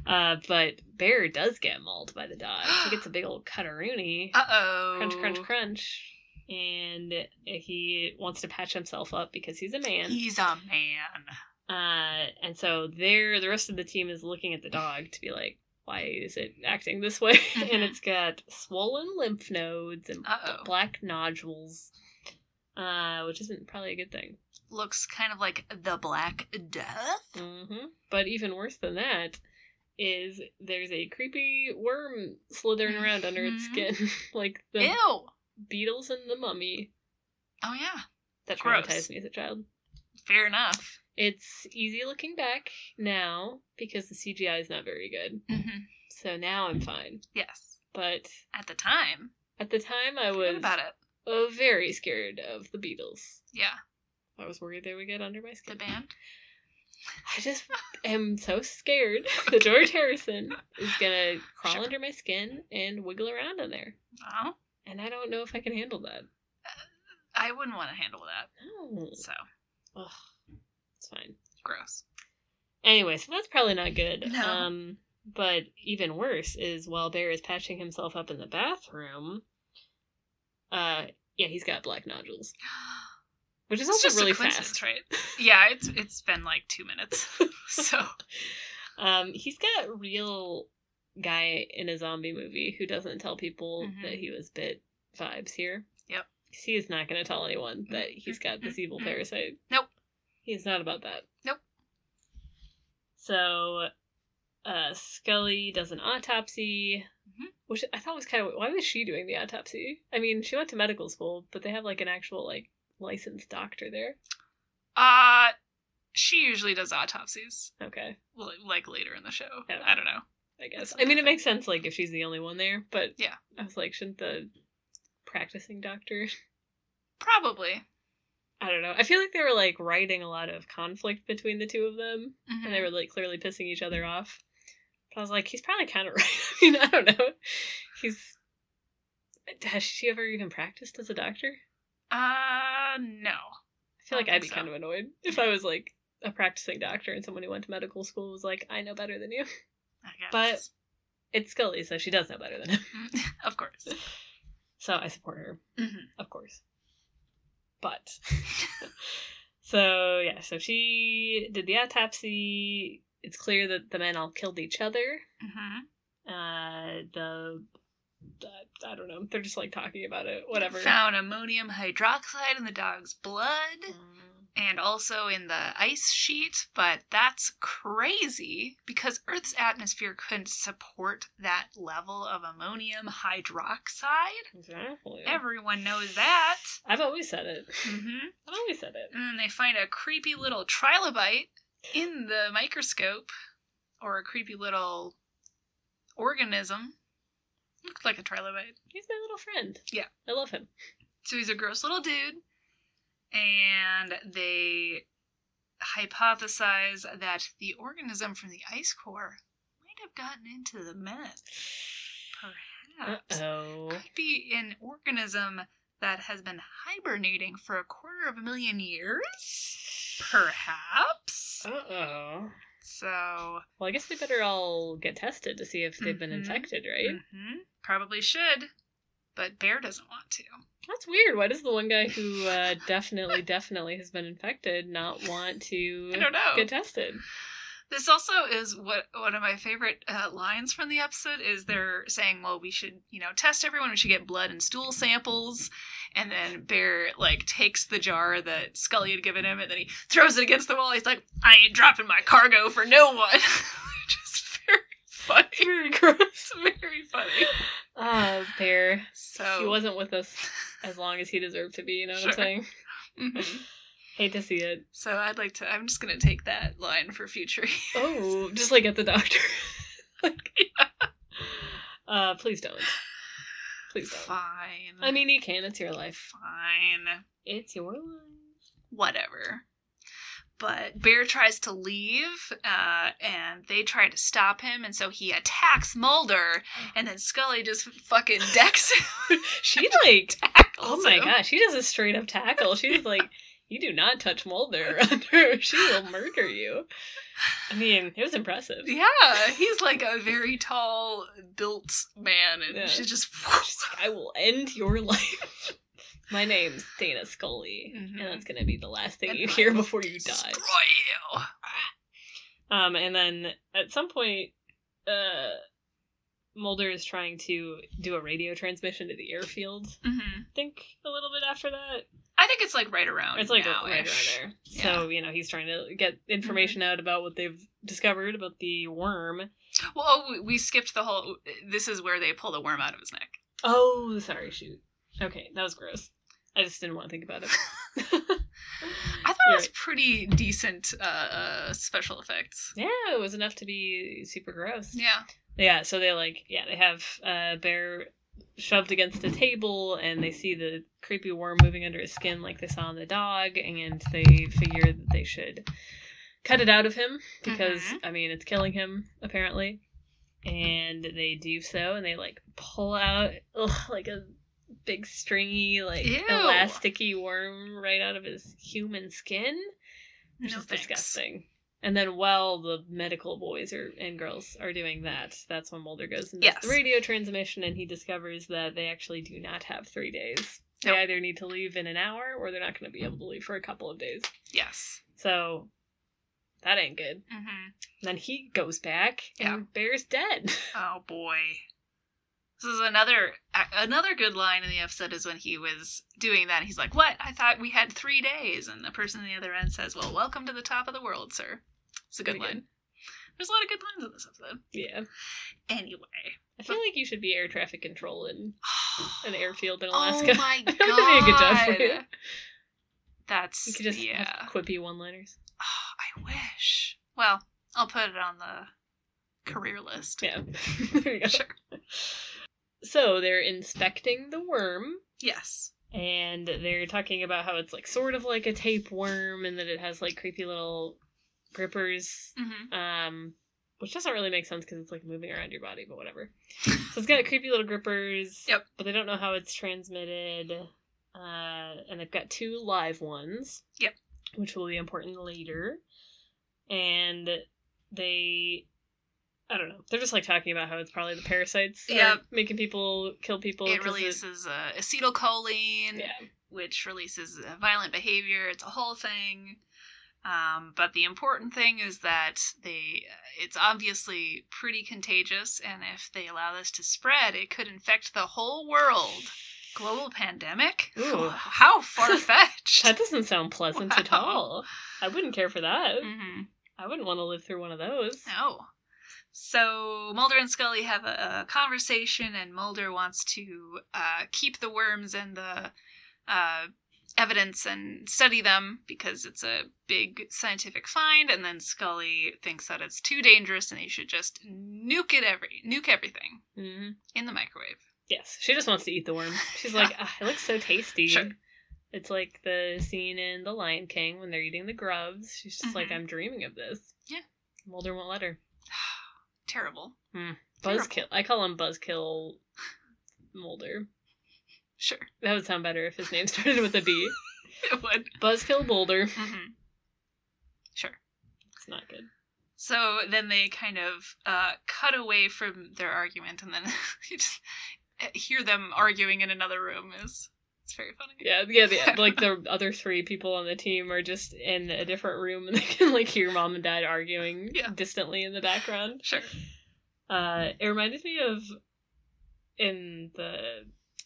Speaker 1: Uh, but Bear does get mauled by the dog. He gets a big old cutaroonie.
Speaker 2: Uh oh.
Speaker 1: crunch, crunch, crunch. And he wants to patch himself up because he's a man.
Speaker 2: He's a man.
Speaker 1: Uh, and so there, the rest of the team is looking at the dog to be like, why is it acting this way? and it's got swollen lymph nodes and
Speaker 2: Mm-hmm. Uh-oh.
Speaker 1: black nodules, uh, which isn't probably a good thing.
Speaker 2: Looks kind of like the Black Death.
Speaker 1: hmm But even worse than that is there's a creepy worm slithering around under its
Speaker 2: Mhm.
Speaker 1: skin, like the
Speaker 2: Ew. Oh
Speaker 1: beetles in the mummy
Speaker 2: yeah.
Speaker 1: that
Speaker 2: Gross.
Speaker 1: traumatized me as a child.
Speaker 2: Fair enough.
Speaker 1: It's easy looking back now because the CGI is not very good.
Speaker 2: hmm
Speaker 1: So now I'm fine.
Speaker 2: Yes.
Speaker 1: But
Speaker 2: At the time,
Speaker 1: at the time, I
Speaker 2: what
Speaker 1: was
Speaker 2: about it?
Speaker 1: uh, very scared of the Beatles.
Speaker 2: Yeah,
Speaker 1: I was worried they would get under my
Speaker 2: the
Speaker 1: skin.
Speaker 2: band.
Speaker 1: I just am so scared that George Harrison is gonna crawl
Speaker 2: Sure.
Speaker 1: under my skin and wiggle around in there,
Speaker 2: Well,
Speaker 1: and I don't know if I can handle that.
Speaker 2: I wouldn't want to handle that.
Speaker 1: Oh,
Speaker 2: So
Speaker 1: ugh, it's fine.
Speaker 2: gross.
Speaker 1: Anyway, so that's probably not good.
Speaker 2: No.
Speaker 1: Um, but even worse is while Bear is patching himself up in the bathroom, uh, yeah, he's got black nodules, which is
Speaker 2: It's
Speaker 1: also
Speaker 2: just
Speaker 1: really
Speaker 2: a coincidence,
Speaker 1: fast.
Speaker 2: right? Yeah, it's it's been like two minutes. So
Speaker 1: Um, he's got real guy in a zombie movie who doesn't tell people
Speaker 2: Mhm.
Speaker 1: that he was bit vibes here.
Speaker 2: Yep.
Speaker 1: 'Cause he is not going to tell anyone that he's got this evil
Speaker 2: Mhm.
Speaker 1: parasite.
Speaker 2: Nope.
Speaker 1: He is not about that.
Speaker 2: Nope.
Speaker 1: So, uh, Scully does an autopsy,
Speaker 2: Mhm.
Speaker 1: which I thought was kind of why was she doing the autopsy? I mean, she went to medical school, but they have like an actual like licensed doctor there.
Speaker 2: uh she usually does autopsies.
Speaker 1: Okay,
Speaker 2: li- Like later in the show.
Speaker 1: Yeah.
Speaker 2: I don't know.
Speaker 1: I guess.
Speaker 2: That's
Speaker 1: I mean, it
Speaker 2: nothing.
Speaker 1: makes sense like if she's the only one there, but
Speaker 2: Yeah.
Speaker 1: I was like, shouldn't the practicing doctor?
Speaker 2: Probably.
Speaker 1: I don't know. I feel like they were like writing a lot of conflict between the two of them,
Speaker 2: Mhm.
Speaker 1: and they were like clearly pissing each other off. But I was like, he's probably kind of right. I mean, I don't know. He's has she ever even practiced as a doctor?
Speaker 2: Uh no.
Speaker 1: I feel
Speaker 2: I
Speaker 1: like
Speaker 2: don't
Speaker 1: I'd be
Speaker 2: think so.
Speaker 1: kind of annoyed if I was like a practicing doctor and someone who went to medical school was like, I know better than you.
Speaker 2: I guess.
Speaker 1: But- It's Scully, so she does know better than him.
Speaker 2: Mm, of course.
Speaker 1: So I support her.
Speaker 2: Mhm.
Speaker 1: of course. But so yeah, so she did the autopsy. It's clear that the men all killed each other.
Speaker 2: Mhm.
Speaker 1: Uh, the I don't know. They're just like talking about it. Whatever.
Speaker 2: Found ammonium hydroxide in the dog's blood.
Speaker 1: Mm.
Speaker 2: and also in the ice sheet, but that's crazy because Earth's atmosphere couldn't support that level of ammonium hydroxide.
Speaker 1: Exactly.
Speaker 2: Everyone knows that.
Speaker 1: I've always said it.
Speaker 2: hmm
Speaker 1: I've always said it.
Speaker 2: And then they find a creepy little trilobite in the microscope, or a creepy little organism. Looked like a trilobite.
Speaker 1: He's my little friend.
Speaker 2: Yeah.
Speaker 1: I love him.
Speaker 2: So he's a gross little dude, and they hypothesize that the organism from the ice core might have gotten into the men. Perhaps.
Speaker 1: oh.
Speaker 2: Could be an organism that has been hibernating for a quarter of a million years? Perhaps.
Speaker 1: Uh oh.
Speaker 2: So,
Speaker 1: Well, I guess we better all get tested to see if they've been
Speaker 2: Mhm.
Speaker 1: infected, right?
Speaker 2: mhm, probably should, but Bear doesn't want to.
Speaker 1: That's weird. Why does the one guy who uh, definitely, definitely has been infected not want to
Speaker 2: I don't know.
Speaker 1: get tested?
Speaker 2: This also is what one of my favorite uh, lines from the episode is they're saying, "Well, we should, you know, test everyone. We should get blood and stool samples." And then Bear like takes the jar that Scully had given him, and then he throws it against the wall. He's like, "I ain't dropping my cargo for no one." Just very funny.
Speaker 1: Very gross.
Speaker 2: It's very funny.
Speaker 1: Oh, Bear.
Speaker 2: So
Speaker 1: He wasn't with us as long as he deserved to be, you know what
Speaker 2: Sure.
Speaker 1: I'm saying? Mm-hmm.
Speaker 2: mhm.
Speaker 1: Hate to see it.
Speaker 2: So I'd like to. I'm just gonna take that line for future.
Speaker 1: Oh, just like at the doctor. Like- uh, please don't. Please don't.
Speaker 2: Fine.
Speaker 1: I mean, you can. It's your life.
Speaker 2: fine.
Speaker 1: It's your life.
Speaker 2: whatever. But Bear tries to leave, uh, and they try to stop him, and so he attacks Mulder, and then Scully just fucking decks him.
Speaker 1: She, like,
Speaker 2: tackles
Speaker 1: oh my
Speaker 2: him.
Speaker 1: gosh, she does a straight up tackle. She's like, you do not touch Mulder under. She will murder you. I mean, it was impressive.
Speaker 2: Yeah, he's like a very tall, built man, and
Speaker 1: Yeah.
Speaker 2: she just.
Speaker 1: She's like, I will end your life. My name's Dana Scully,
Speaker 2: Mhm.
Speaker 1: and that's gonna be the last thing
Speaker 2: And
Speaker 1: you
Speaker 2: I
Speaker 1: hear
Speaker 2: will
Speaker 1: before you die.
Speaker 2: Destroy you.
Speaker 1: Um, and then at some point, uh, Mulder is trying to do a radio transmission to the airfield.
Speaker 2: hmm
Speaker 1: I think a little bit after that,
Speaker 2: I think it's like right around.
Speaker 1: it's like
Speaker 2: now
Speaker 1: right around there. So you know he's trying to get information out about what they've discovered about the worm.
Speaker 2: Well, oh, we- we skipped the whole. This is where they pull the worm out of his neck.
Speaker 1: Oh, sorry, shoot. Okay, that was gross. I just didn't want to think about it.
Speaker 2: I thought it
Speaker 1: You're
Speaker 2: was pretty decent uh, uh, special effects.
Speaker 1: yeah, it was enough to be super gross.
Speaker 2: Yeah.
Speaker 1: Yeah, so they like yeah, they have uh bear shoved against a table and they see the creepy worm moving under his skin like they saw on the dog and they figure that they should cut it out of him because
Speaker 2: Mhm.
Speaker 1: I mean it's killing him apparently. And they do so and they like pull out ugh, like a big stringy, like
Speaker 2: Ew.
Speaker 1: elasticy worm right out of his human skin, which
Speaker 2: No
Speaker 1: is
Speaker 2: thanks.
Speaker 1: disgusting. And then while the medical boys are, and girls are doing that, that's when Mulder goes and does
Speaker 2: Yes.
Speaker 1: the radio transmission, and he discovers that they actually do not have three days. They
Speaker 2: Nope.
Speaker 1: either need to leave in an hour, or they're not going to be able to leave for a couple of days.
Speaker 2: Yes.
Speaker 1: So that ain't good.
Speaker 2: hmm
Speaker 1: Then he goes back,
Speaker 2: Yeah.
Speaker 1: and Bear's dead.
Speaker 2: Oh boy. This is another a- another good line in the episode is when he was doing that. He's like, "What? I thought we had three days." And the person on the other end says, "Well, welcome to the top of the world, sir." It's a good
Speaker 1: Pretty
Speaker 2: line.
Speaker 1: good.
Speaker 2: There's a lot of good lines in this episode.
Speaker 1: yeah.
Speaker 2: Anyway,
Speaker 1: I feel like you should be air traffic control in an airfield in Alaska.
Speaker 2: Oh my god!
Speaker 1: That would be a good job for you.
Speaker 2: That's
Speaker 1: you could just
Speaker 2: yeah.
Speaker 1: have quippy one liners.
Speaker 2: Oh, I wish. Well, I'll put it on the career list.
Speaker 1: Yeah. there you go.
Speaker 2: Sure.
Speaker 1: So they're inspecting the worm.
Speaker 2: Yes.
Speaker 1: And they're talking about how it's like sort of like a tapeworm and that it has like creepy little grippers
Speaker 2: hmm
Speaker 1: um, which doesn't really make sense because it's like moving around your body, but whatever. so it's got creepy little grippers.
Speaker 2: Yep.
Speaker 1: But they don't know how it's transmitted, uh, and they've got two live ones.
Speaker 2: Yep.
Speaker 1: Which will be important later, and they. I don't know. They're just like talking about how it's probably the parasites are
Speaker 2: Yep.
Speaker 1: making people kill people.
Speaker 2: It
Speaker 1: 'cause
Speaker 2: releases uh, acetylcholine,
Speaker 1: Yeah.
Speaker 2: which releases uh, violent behavior. It's a whole thing. Um, but the important thing is that they uh, it's obviously pretty contagious, and if they allow this to spread, it could infect the whole world. Global pandemic?
Speaker 1: Ooh.
Speaker 2: How far fetched.
Speaker 1: That doesn't sound pleasant at
Speaker 2: Wow.
Speaker 1: all. I wouldn't care for that.
Speaker 2: hmm
Speaker 1: I wouldn't want to live through one of those.
Speaker 2: No. Oh. So Mulder and Scully have a, a conversation, and Mulder wants to uh, keep the worms and the uh, evidence and study them because it's a big scientific find. And then Scully thinks that it's too dangerous, and they should just nuke it every nuke everything
Speaker 1: hmm
Speaker 2: in the microwave.
Speaker 1: Yes, she just wants to eat the worm. She's like, ah, it looks so tasty.
Speaker 2: Sure.
Speaker 1: It's like the scene in The Lion King when they're eating the grubs. She's just like,
Speaker 2: Mhm.
Speaker 1: I'm dreaming of this.
Speaker 2: Yeah.
Speaker 1: Mulder won't let her.
Speaker 2: Terrible. Terrible.
Speaker 1: Buzzkill. I call him Buzzkill Mulder.
Speaker 2: Sure,
Speaker 1: That would sound better if his name started with a B.
Speaker 2: it would.
Speaker 1: Buzzkill Mulder.
Speaker 2: hmm Sure.
Speaker 1: It's not good.
Speaker 2: So then they kind of uh, cut away from their argument, and then you just eh, hear them arguing in another room. is It's very funny.
Speaker 1: Yeah, yeah, the, like the other three people on the team are just in a different room and they can like hear mom and dad arguing
Speaker 2: Yeah.
Speaker 1: distantly in the background.
Speaker 2: Sure.
Speaker 1: Uh, it reminded me of in the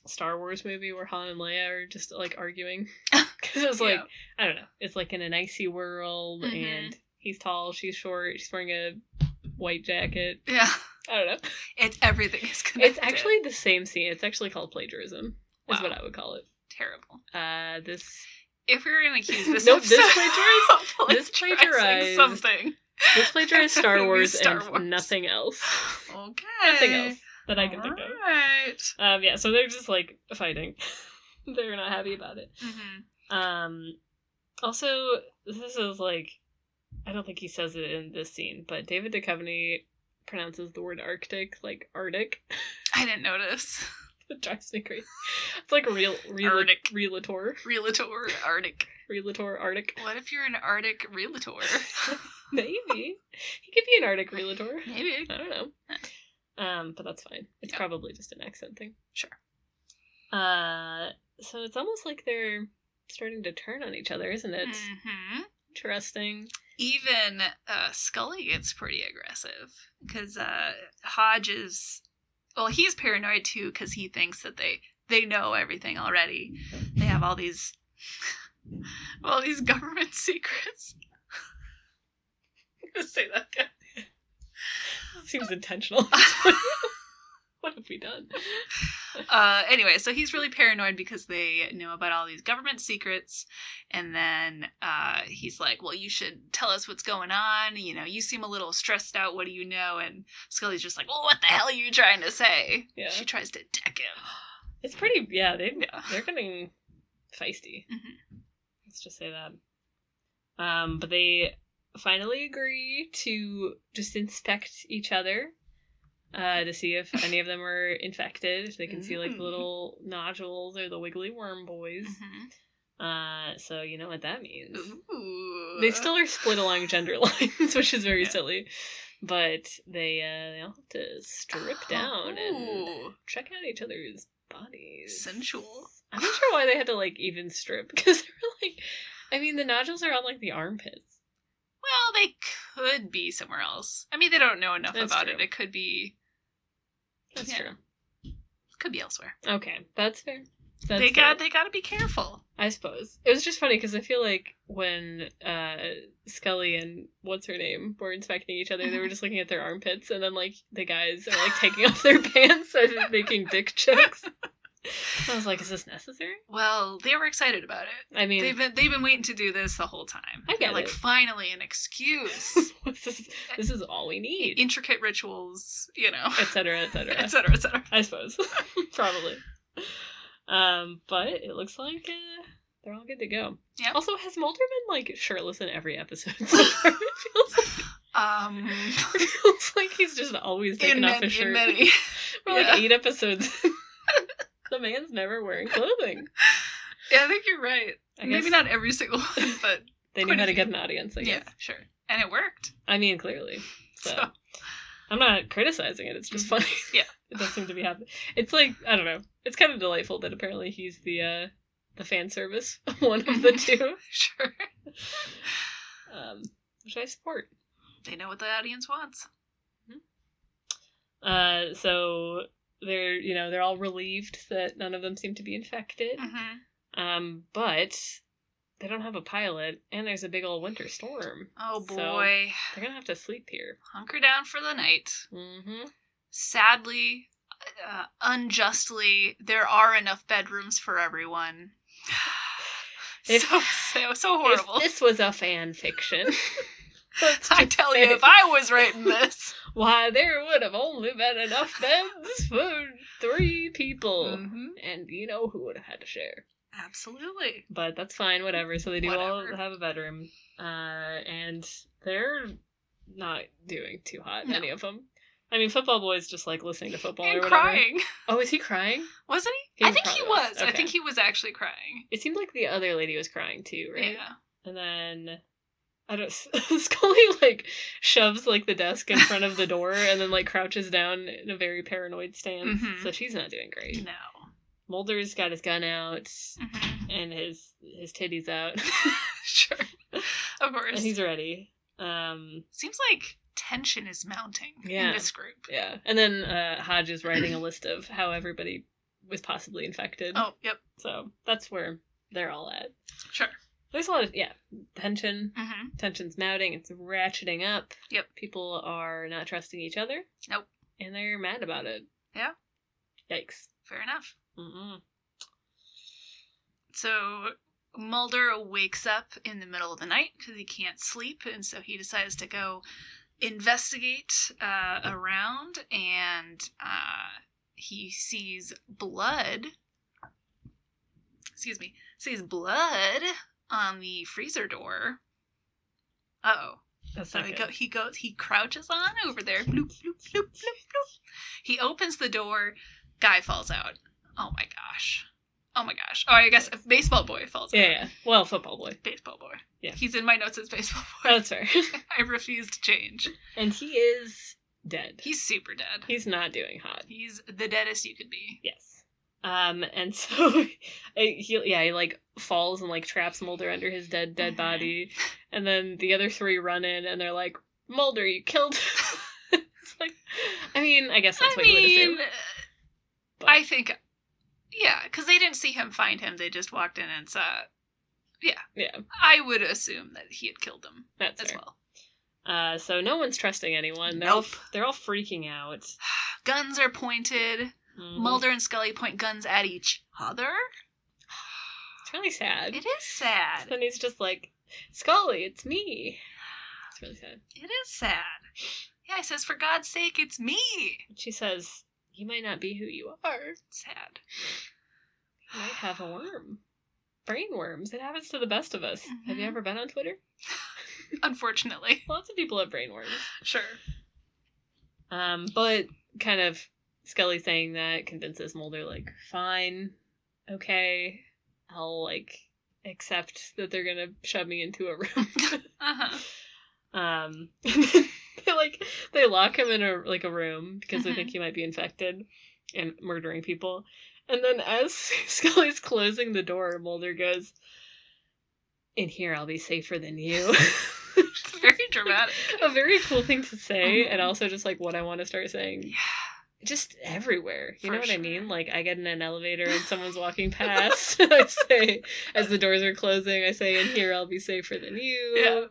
Speaker 1: Star Wars movie where Han and Leia are just like arguing because it's like
Speaker 2: Yeah.
Speaker 1: I don't know, it's like in an icy world
Speaker 2: Mhm.
Speaker 1: and he's tall, she's short, she's wearing a white jacket.
Speaker 2: Yeah.
Speaker 1: I don't know.
Speaker 2: It everything is connected.
Speaker 1: It's actually the same scene. It's actually called plagiarism. Is
Speaker 2: Wow.
Speaker 1: what I would call it.
Speaker 2: terrible.
Speaker 1: Uh, this
Speaker 2: If we were gonna accuse this
Speaker 1: Nope, this
Speaker 2: episode of
Speaker 1: plagiarized- this
Speaker 2: plagiarizing
Speaker 1: plagiarized-
Speaker 2: something.
Speaker 1: this plagiarized Star
Speaker 2: Movie
Speaker 1: Wars
Speaker 2: Star
Speaker 1: and
Speaker 2: Wars.
Speaker 1: nothing else.
Speaker 2: Okay.
Speaker 1: Nothing else that I can think of.
Speaker 2: Right.
Speaker 1: Um, yeah, so they're just like fighting. they're not happy about it.
Speaker 2: Mm-hmm.
Speaker 1: Um, also, this is like, I don't think he says it in this scene, but David Duchovny pronounces the word Arctic like Arctic.
Speaker 2: I didn't notice.
Speaker 1: it drives me crazy. It's like real, real,
Speaker 2: Arctic.
Speaker 1: relator,
Speaker 2: Realtor Arctic.
Speaker 1: relator Arctic.
Speaker 2: What if you're an Arctic realtor?
Speaker 1: Maybe he could be an Arctic relator.
Speaker 2: Maybe.
Speaker 1: I don't know. Um, but that's fine. It's
Speaker 2: Yeah.
Speaker 1: probably just an accent thing.
Speaker 2: Sure.
Speaker 1: Uh, so it's almost like they're starting to turn on each other, isn't it?
Speaker 2: Mm-hmm.
Speaker 1: Interesting.
Speaker 2: even uh, Scully gets pretty aggressive because uh, Hodge is well, he's paranoid too because he thinks that they they know everything already. They have all these all these government secrets. I'm gonna say that again.
Speaker 1: Seems intentional. what have we done?
Speaker 2: Uh, anyway, so he's really paranoid because they know about all these government secrets, and then uh, he's like, "Well, you should tell us what's going on. You know, you seem a little stressed out. What do you know?" And Scully's just like, "Well, what the hell are you trying to say?"
Speaker 1: Yeah.
Speaker 2: She tries to deck him.
Speaker 1: It's pretty. Yeah, they
Speaker 2: Yeah.
Speaker 1: they're getting feisty.
Speaker 2: Mhm.
Speaker 1: Let's just say that. Um, but they finally agree to just inspect each other, uh, to see if any of them are infected, if they can see like the little nodules or the wiggly worm boys.
Speaker 2: Mhm.
Speaker 1: Uh, so you know what that means.
Speaker 2: Ooh.
Speaker 1: They still are split along gender lines, which is very
Speaker 2: Yeah.
Speaker 1: silly. But they uh, they all have to strip down and
Speaker 2: Ooh.
Speaker 1: check out each other's bodies.
Speaker 2: Oh. sensual.
Speaker 1: I'm not sure why they had to like even strip because they were like, I mean, the nodules are on like the armpits.
Speaker 2: Well, they could be somewhere else. I mean, they don't know enough
Speaker 1: That's
Speaker 2: about
Speaker 1: true.
Speaker 2: it. It could be
Speaker 1: That's
Speaker 2: Yeah. could be elsewhere.
Speaker 1: true. Okay, that's fair. That's
Speaker 2: they
Speaker 1: fair.
Speaker 2: got they got to be careful.
Speaker 1: I suppose it was just funny because I feel like when uh, Scully and what's her name were inspecting each other, they
Speaker 2: Uh-huh.
Speaker 1: were just looking at their armpits, and then like the guys are like taking off their pants and making dick jokes. I was like, is this necessary?
Speaker 2: Well, they were excited about it.
Speaker 1: I mean,
Speaker 2: They've been they've been waiting to do this the whole time.
Speaker 1: I get
Speaker 2: They're like
Speaker 1: it.
Speaker 2: finally an excuse.
Speaker 1: this, is, this is all we need,
Speaker 2: Intricate rituals, you know,
Speaker 1: etc., etc.
Speaker 2: et cetera, et cetera.
Speaker 1: I suppose. Probably. Um, but it looks like uh, they're all good to go.
Speaker 2: Yep.
Speaker 1: Also, has Mulder been like shirtless in every episode so far? It feels like,
Speaker 2: Um,
Speaker 1: it feels like he's just always taking
Speaker 2: in,
Speaker 1: off
Speaker 2: many,
Speaker 1: his shirt.
Speaker 2: in many,
Speaker 1: We're like
Speaker 2: yeah.
Speaker 1: eight episodes. the man's never wearing clothing.
Speaker 2: yeah, I think you're right.
Speaker 1: I
Speaker 2: Maybe
Speaker 1: guess
Speaker 2: not every single one, but
Speaker 1: They knew
Speaker 2: quite a
Speaker 1: how to
Speaker 2: few.
Speaker 1: get an audience, I
Speaker 2: yeah,
Speaker 1: guess.
Speaker 2: sure. And it worked.
Speaker 1: I mean, clearly. So,
Speaker 2: So.
Speaker 1: I'm not criticizing it. It's just
Speaker 2: Mhm.
Speaker 1: funny.
Speaker 2: Yeah.
Speaker 1: it does seem to be happening. It's like I don't know. It's kind of delightful that apparently he's the uh the fan service of one of the two,
Speaker 2: Sure.
Speaker 1: um, which I support.
Speaker 2: They know what the audience wants.
Speaker 1: Uh, so they're you know they're all relieved that none of them seem to be infected.
Speaker 2: Mm-hmm.
Speaker 1: Um, but they don't have a pilot, and there's a big old winter storm.
Speaker 2: Oh
Speaker 1: So-
Speaker 2: boy,
Speaker 1: They're gonna have to sleep here.
Speaker 2: hunker down for the night.
Speaker 1: Mm-hmm.
Speaker 2: Sadly, uh, unjustly, there are enough bedrooms for everyone.
Speaker 1: If-
Speaker 2: so so so horrible.
Speaker 1: If this was a fan fiction. let's
Speaker 2: I
Speaker 1: just
Speaker 2: tell
Speaker 1: say-
Speaker 2: you, if I was writing this,
Speaker 1: Why, there would have only been enough beds for three people.
Speaker 2: Mm.
Speaker 1: And you know who would have had to share.
Speaker 2: Mm-hmm. absolutely.
Speaker 1: But that's fine, whatever. So they do all
Speaker 2: Whatever.
Speaker 1: have a bedroom. Uh, and they're not doing too hot,
Speaker 2: No.
Speaker 1: any of them. I mean, Football Boy's just like listening to football or
Speaker 2: and
Speaker 1: whatever.
Speaker 2: crying,
Speaker 1: Oh, is he crying?
Speaker 2: wasn't
Speaker 1: He
Speaker 2: he? I think he
Speaker 1: probably
Speaker 2: was.
Speaker 1: was.
Speaker 2: I
Speaker 1: Okay.
Speaker 2: think he was actually crying.
Speaker 1: It seemed like the other lady was crying too, right?
Speaker 2: Yeah.
Speaker 1: And then I don't. Scully like shoves like the desk in front of the door, and then like crouches down in a very paranoid stance.
Speaker 2: Mhm.
Speaker 1: So she's not doing great.
Speaker 2: No.
Speaker 1: Mulder's got his gun out
Speaker 2: Mhm.
Speaker 1: and his his titties out,
Speaker 2: sure. Of
Speaker 1: and
Speaker 2: course.
Speaker 1: he's ready. Um,
Speaker 2: Seems like tension is mounting
Speaker 1: Yeah.
Speaker 2: in this group.
Speaker 1: yeah. And then uh, Hodge is writing a list of how everybody was possibly infected.
Speaker 2: Oh, yep.
Speaker 1: So that's where they're all at.
Speaker 2: Sure.
Speaker 1: There's a lot of yeah tension.
Speaker 2: hmm
Speaker 1: tension's mounting, it's ratcheting up.
Speaker 2: Yep.
Speaker 1: People are not trusting each other.
Speaker 2: Nope.
Speaker 1: And they're mad about it.
Speaker 2: Yeah.
Speaker 1: Yikes. Mm-hmm.
Speaker 2: Fair enough.
Speaker 1: Mm-mm.
Speaker 2: So Mulder wakes up in the middle of the night because he can't sleep, and so he decides to go investigate uh, around, and uh, he sees blood. Excuse me, sees blood on the freezer door. Uh oh.
Speaker 1: That's
Speaker 2: So
Speaker 1: not
Speaker 2: he,
Speaker 1: good.
Speaker 2: go, he goes, he crouches on over there. Bloop, bloop, bloop, bloop, bloop. He opens the door. Guy falls out. Oh my gosh. Oh my gosh. Oh, I guess baseball boy falls
Speaker 1: yeah,
Speaker 2: out.
Speaker 1: yeah. Well, football boy.
Speaker 2: Baseball boy.
Speaker 1: Yeah.
Speaker 2: He's in my notes as baseball boy.
Speaker 1: That's fair.
Speaker 2: I refuse to change.
Speaker 1: and he is dead.
Speaker 2: He's super dead.
Speaker 1: He's not doing hot.
Speaker 2: He's the deadest you could be.
Speaker 1: Yes. Um, and so it- he, yeah, he like falls and like traps Mulder under his dead, dead
Speaker 2: Mhm.
Speaker 1: body. And then the other three run in and they're like, Mulder, you killed him. it's like, I mean, I guess that's
Speaker 2: I
Speaker 1: what you would
Speaker 2: mean, uh,
Speaker 1: assume. but-
Speaker 2: I think, yeah, because they didn't see him find him. They just walked in and saw.
Speaker 1: yeah,
Speaker 2: I would assume that he had killed them
Speaker 1: that's
Speaker 2: as
Speaker 1: fair.
Speaker 2: well.
Speaker 1: Uh, so no one's trusting anyone. They're
Speaker 2: Nope.
Speaker 1: all they're all freaking out.
Speaker 2: Guns are pointed.
Speaker 1: Mhm.
Speaker 2: Mulder and Scully point guns at each other.
Speaker 1: It's really sad.
Speaker 2: It is sad.
Speaker 1: Then he's just like, Scully, it's me. It's really sad.
Speaker 2: It is sad. Yeah, he says, "For God's sake, it's me."
Speaker 1: And she says, "You might not be who you are.
Speaker 2: Sad.
Speaker 1: You might have a worm, brain worms. It happens to the best of us. Have you
Speaker 2: Mhm.
Speaker 1: ever been on Twitter?
Speaker 2: Unfortunately,
Speaker 1: Lots of people have brain worms.
Speaker 2: sure.
Speaker 1: Um, but kind of Scully saying that convinces Mulder, like, fine, okay, I'll, like, accept that they're gonna shove me into a room.
Speaker 2: Uh-huh.
Speaker 1: um, and then they, like, they lock him in a, like, a room because they
Speaker 2: Mhm.
Speaker 1: think he might be infected and murdering people. And then as Scully's closing the door, Mulder goes, in here I'll be safer than you.
Speaker 2: It's very dramatic.
Speaker 1: a very cool thing to say and also just like what i want to start saying
Speaker 2: Yeah.
Speaker 1: just everywhere you
Speaker 2: For
Speaker 1: know what i
Speaker 2: sure.
Speaker 1: mean like i get in an elevator and someone's walking past and i say as the doors are closing i say in here i'll be safer than you
Speaker 2: Yeah.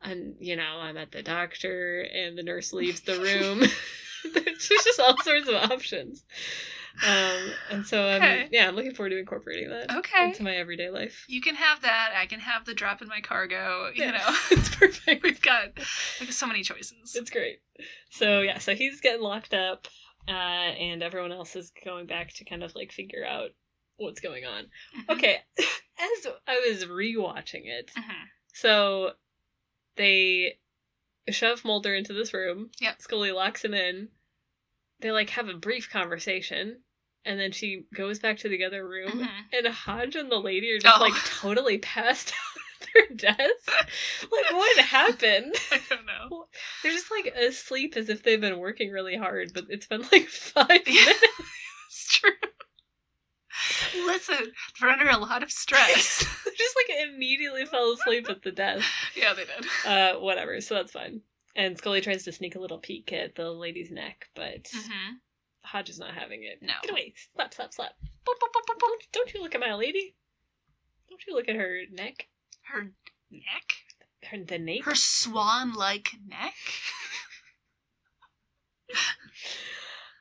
Speaker 1: i'm you know i'm at the doctor and the nurse leaves the room there's just all sorts of options um and so i'm
Speaker 2: Okay.
Speaker 1: yeah i'm looking forward to incorporating that
Speaker 2: Okay.
Speaker 1: into my everyday life
Speaker 2: You can have that. I can have the drop in my cargo. You
Speaker 1: Yeah.
Speaker 2: know,
Speaker 1: it's perfect
Speaker 2: we've got like so many choices.
Speaker 1: It's great. So yeah, so he's getting locked up, uh, and everyone else is going back to kind of like figure out what's going on.
Speaker 2: Mm-hmm.
Speaker 1: Okay, as I was rewatching it,
Speaker 2: Mhm.
Speaker 1: so they shove Mulder into this room.
Speaker 2: Yep.
Speaker 1: Scully locks him in. They like have a brief conversation, and then she goes back to the other room,
Speaker 2: Mhm.
Speaker 1: and Hodge and the lady are just
Speaker 2: Oh.
Speaker 1: like totally passed out at their desk. like what happened?
Speaker 2: I don't know.
Speaker 1: They're just like asleep as if they've been working really hard, but it's been like five
Speaker 2: Yeah,
Speaker 1: minutes.
Speaker 2: it's true. Listen, they're under a lot of stress.
Speaker 1: They just like immediately fell asleep at the desk.
Speaker 2: yeah, they did.
Speaker 1: Uh, whatever, so that's fine. And Scully tries to sneak a little peek at the lady's neck, but
Speaker 2: Mm-hmm.
Speaker 1: Hodge is not having it.
Speaker 2: No.
Speaker 1: Get away! Slap, slap, slap!
Speaker 2: Boop, boop, boop, boop, boop.
Speaker 1: Don't, don't you look at my lady! Don't you look at her neck?
Speaker 2: Her neck?
Speaker 1: Her the nape.
Speaker 2: Her swan like neck?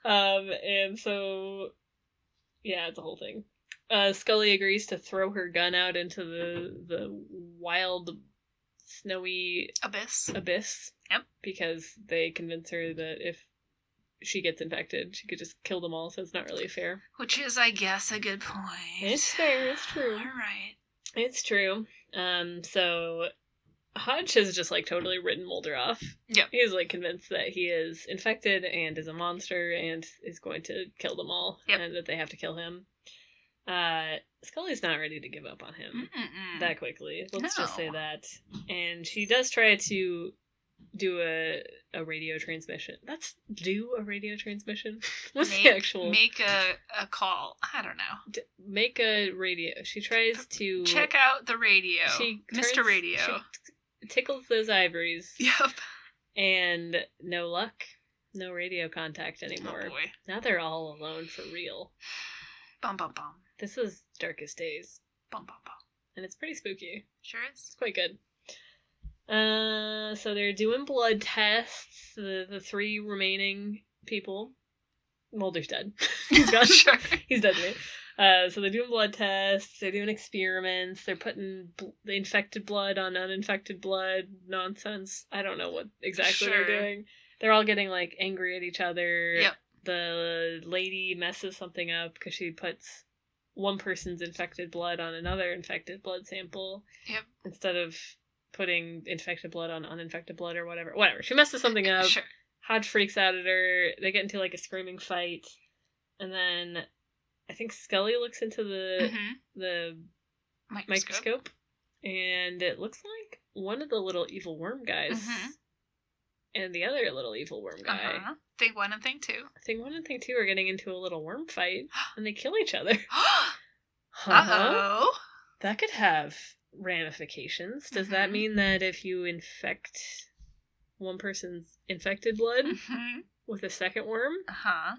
Speaker 1: Um, and so, yeah, it's a whole thing. Uh, Scully agrees to throw her gun out into the the wild, snowy
Speaker 2: Abyss.
Speaker 1: abyss.
Speaker 2: Yep.
Speaker 1: Because they convince her that if she gets infected, she could just kill them all, so it's not really fair.
Speaker 2: Which is, I guess, a good point.
Speaker 1: It's fair, it's true.
Speaker 2: All right.
Speaker 1: It's true. Um, so Hodge has just like totally written Mulder off.
Speaker 2: Yep.
Speaker 1: He's like convinced that he is infected and is a monster and is going to kill them all
Speaker 2: Yep.
Speaker 1: and that they have to kill him. Uh Scully's not ready to give up on him
Speaker 2: Mm-mm-mm.
Speaker 1: that quickly. Let's just say
Speaker 2: Mm. No.
Speaker 1: that. And she does try to do a a radio transmission. That's do a radio transmission. What's
Speaker 2: make,
Speaker 1: the actual
Speaker 2: Make a, a call. I don't know.
Speaker 1: d- make a radio. She tries to
Speaker 2: Check out the radio.
Speaker 1: she
Speaker 2: Mr.
Speaker 1: turns-
Speaker 2: radio.
Speaker 1: she t- tickles those ivories
Speaker 2: Yep.
Speaker 1: and no luck no radio contact anymore
Speaker 2: Oh boy.
Speaker 1: now they're all alone for real
Speaker 2: Bum bum bum.
Speaker 1: this is darkest days
Speaker 2: Bum bum bum.
Speaker 1: and it's pretty spooky
Speaker 2: Sure is.
Speaker 1: it's quite good uh so they're doing blood tests the, the three remaining people mulder's dead he's gone
Speaker 2: sure.
Speaker 1: He's dead to me. Uh, so they're doing blood tests. They're doing experiments. They're putting bl- the infected blood on uninfected blood. Nonsense. I don't know what exactly they're
Speaker 2: Sure.
Speaker 1: doing. They're all getting like angry at each other.
Speaker 2: Yep.
Speaker 1: The lady messes something up because she puts one person's infected blood on another infected blood sample.
Speaker 2: Yep.
Speaker 1: Instead of putting infected blood on uninfected blood or whatever. Whatever. She messes something up.
Speaker 2: Sure.
Speaker 1: Hodge freaks out at her. They get into like a screaming fight, and then I think Scully looks into the
Speaker 2: Mhm.
Speaker 1: the
Speaker 2: Microscope.
Speaker 1: microscope, and it looks like one of the little evil worm guys
Speaker 2: Mhm.
Speaker 1: and the other little evil worm guy.
Speaker 2: Uh-huh. Thing one and thing two.
Speaker 1: I think one and thing two are getting into a little worm fight, and they kill each other.
Speaker 2: Uh
Speaker 1: Uh-huh.
Speaker 2: oh.
Speaker 1: That could have ramifications. Does that
Speaker 2: Mhm.
Speaker 1: mean that if you infect one person's infected blood
Speaker 2: Mm-hmm.
Speaker 1: with a second worm,
Speaker 2: Uh huh.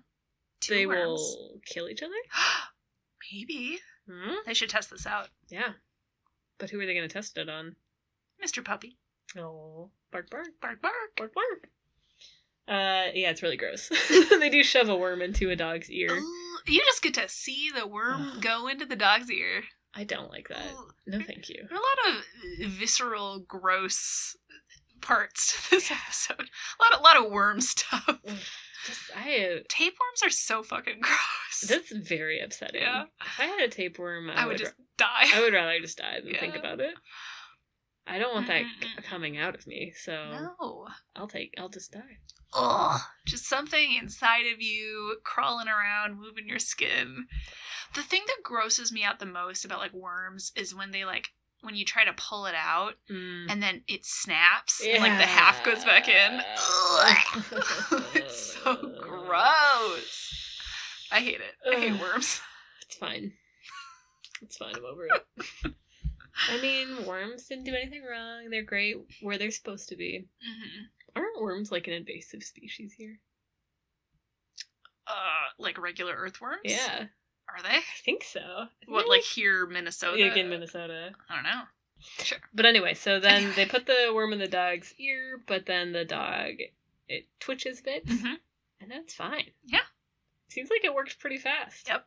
Speaker 2: Two
Speaker 1: they
Speaker 2: worms. Mm-hmm.
Speaker 1: will kill each other?
Speaker 2: Maybe
Speaker 1: Hmm?
Speaker 2: they should test this out,
Speaker 1: Yeah. But who are they going to test it on?
Speaker 2: Mr. Puppy.
Speaker 1: Oh, bark, bark,
Speaker 2: Bark bark.
Speaker 1: bark, bark. Uh, yeah, it's really gross. they do shove a worm into a dog's ear.
Speaker 2: Ooh, you just get to see the worm
Speaker 1: Ugh.
Speaker 2: go into the dog's ear.
Speaker 1: I don't like that.
Speaker 2: Ooh,
Speaker 1: No, thank you.
Speaker 2: There are a lot of visceral, gross parts to this episode. A lot, a lot of worm stuff.
Speaker 1: Just, I. Uh,
Speaker 2: Tapeworms are so fucking gross.
Speaker 1: that's very upsetting.
Speaker 2: Yeah.
Speaker 1: If I had a tapeworm, I,
Speaker 2: I would just die.
Speaker 1: I would rather just die than
Speaker 2: Yeah.
Speaker 1: think about it. I don't want that
Speaker 2: Mm-mm-mm.
Speaker 1: coming out of me, so
Speaker 2: No.
Speaker 1: I'll take. I'll just die.
Speaker 2: Ugh. Just something inside of you crawling around, moving your skin. The thing that grosses me out the most about like worms is when they like when you try to pull it out
Speaker 1: Mm.
Speaker 2: and then it snaps and like the half goes back in. Ugh. it's so gross. I hate it. I hate
Speaker 1: Ugh.
Speaker 2: worms.
Speaker 1: It's fine. It's fine. I'm over it. I mean, worms didn't do anything wrong. They're great where they're supposed to be.
Speaker 2: hmm
Speaker 1: Aren't worms like an invasive species here?
Speaker 2: Uh, like regular earthworms.
Speaker 1: Yeah,
Speaker 2: Are they?
Speaker 1: I think so. I think
Speaker 2: What
Speaker 1: they're,
Speaker 2: like here, Minnesota?
Speaker 1: like in Minnesota?
Speaker 2: I don't know. Sure.
Speaker 1: But anyway, so then
Speaker 2: Anyway.
Speaker 1: they put the worm in the dog's ear, but then the dog it twitches a bit,
Speaker 2: Mhm.
Speaker 1: and that's fine.
Speaker 2: Yeah.
Speaker 1: Seems like it worked pretty fast.
Speaker 2: Yep.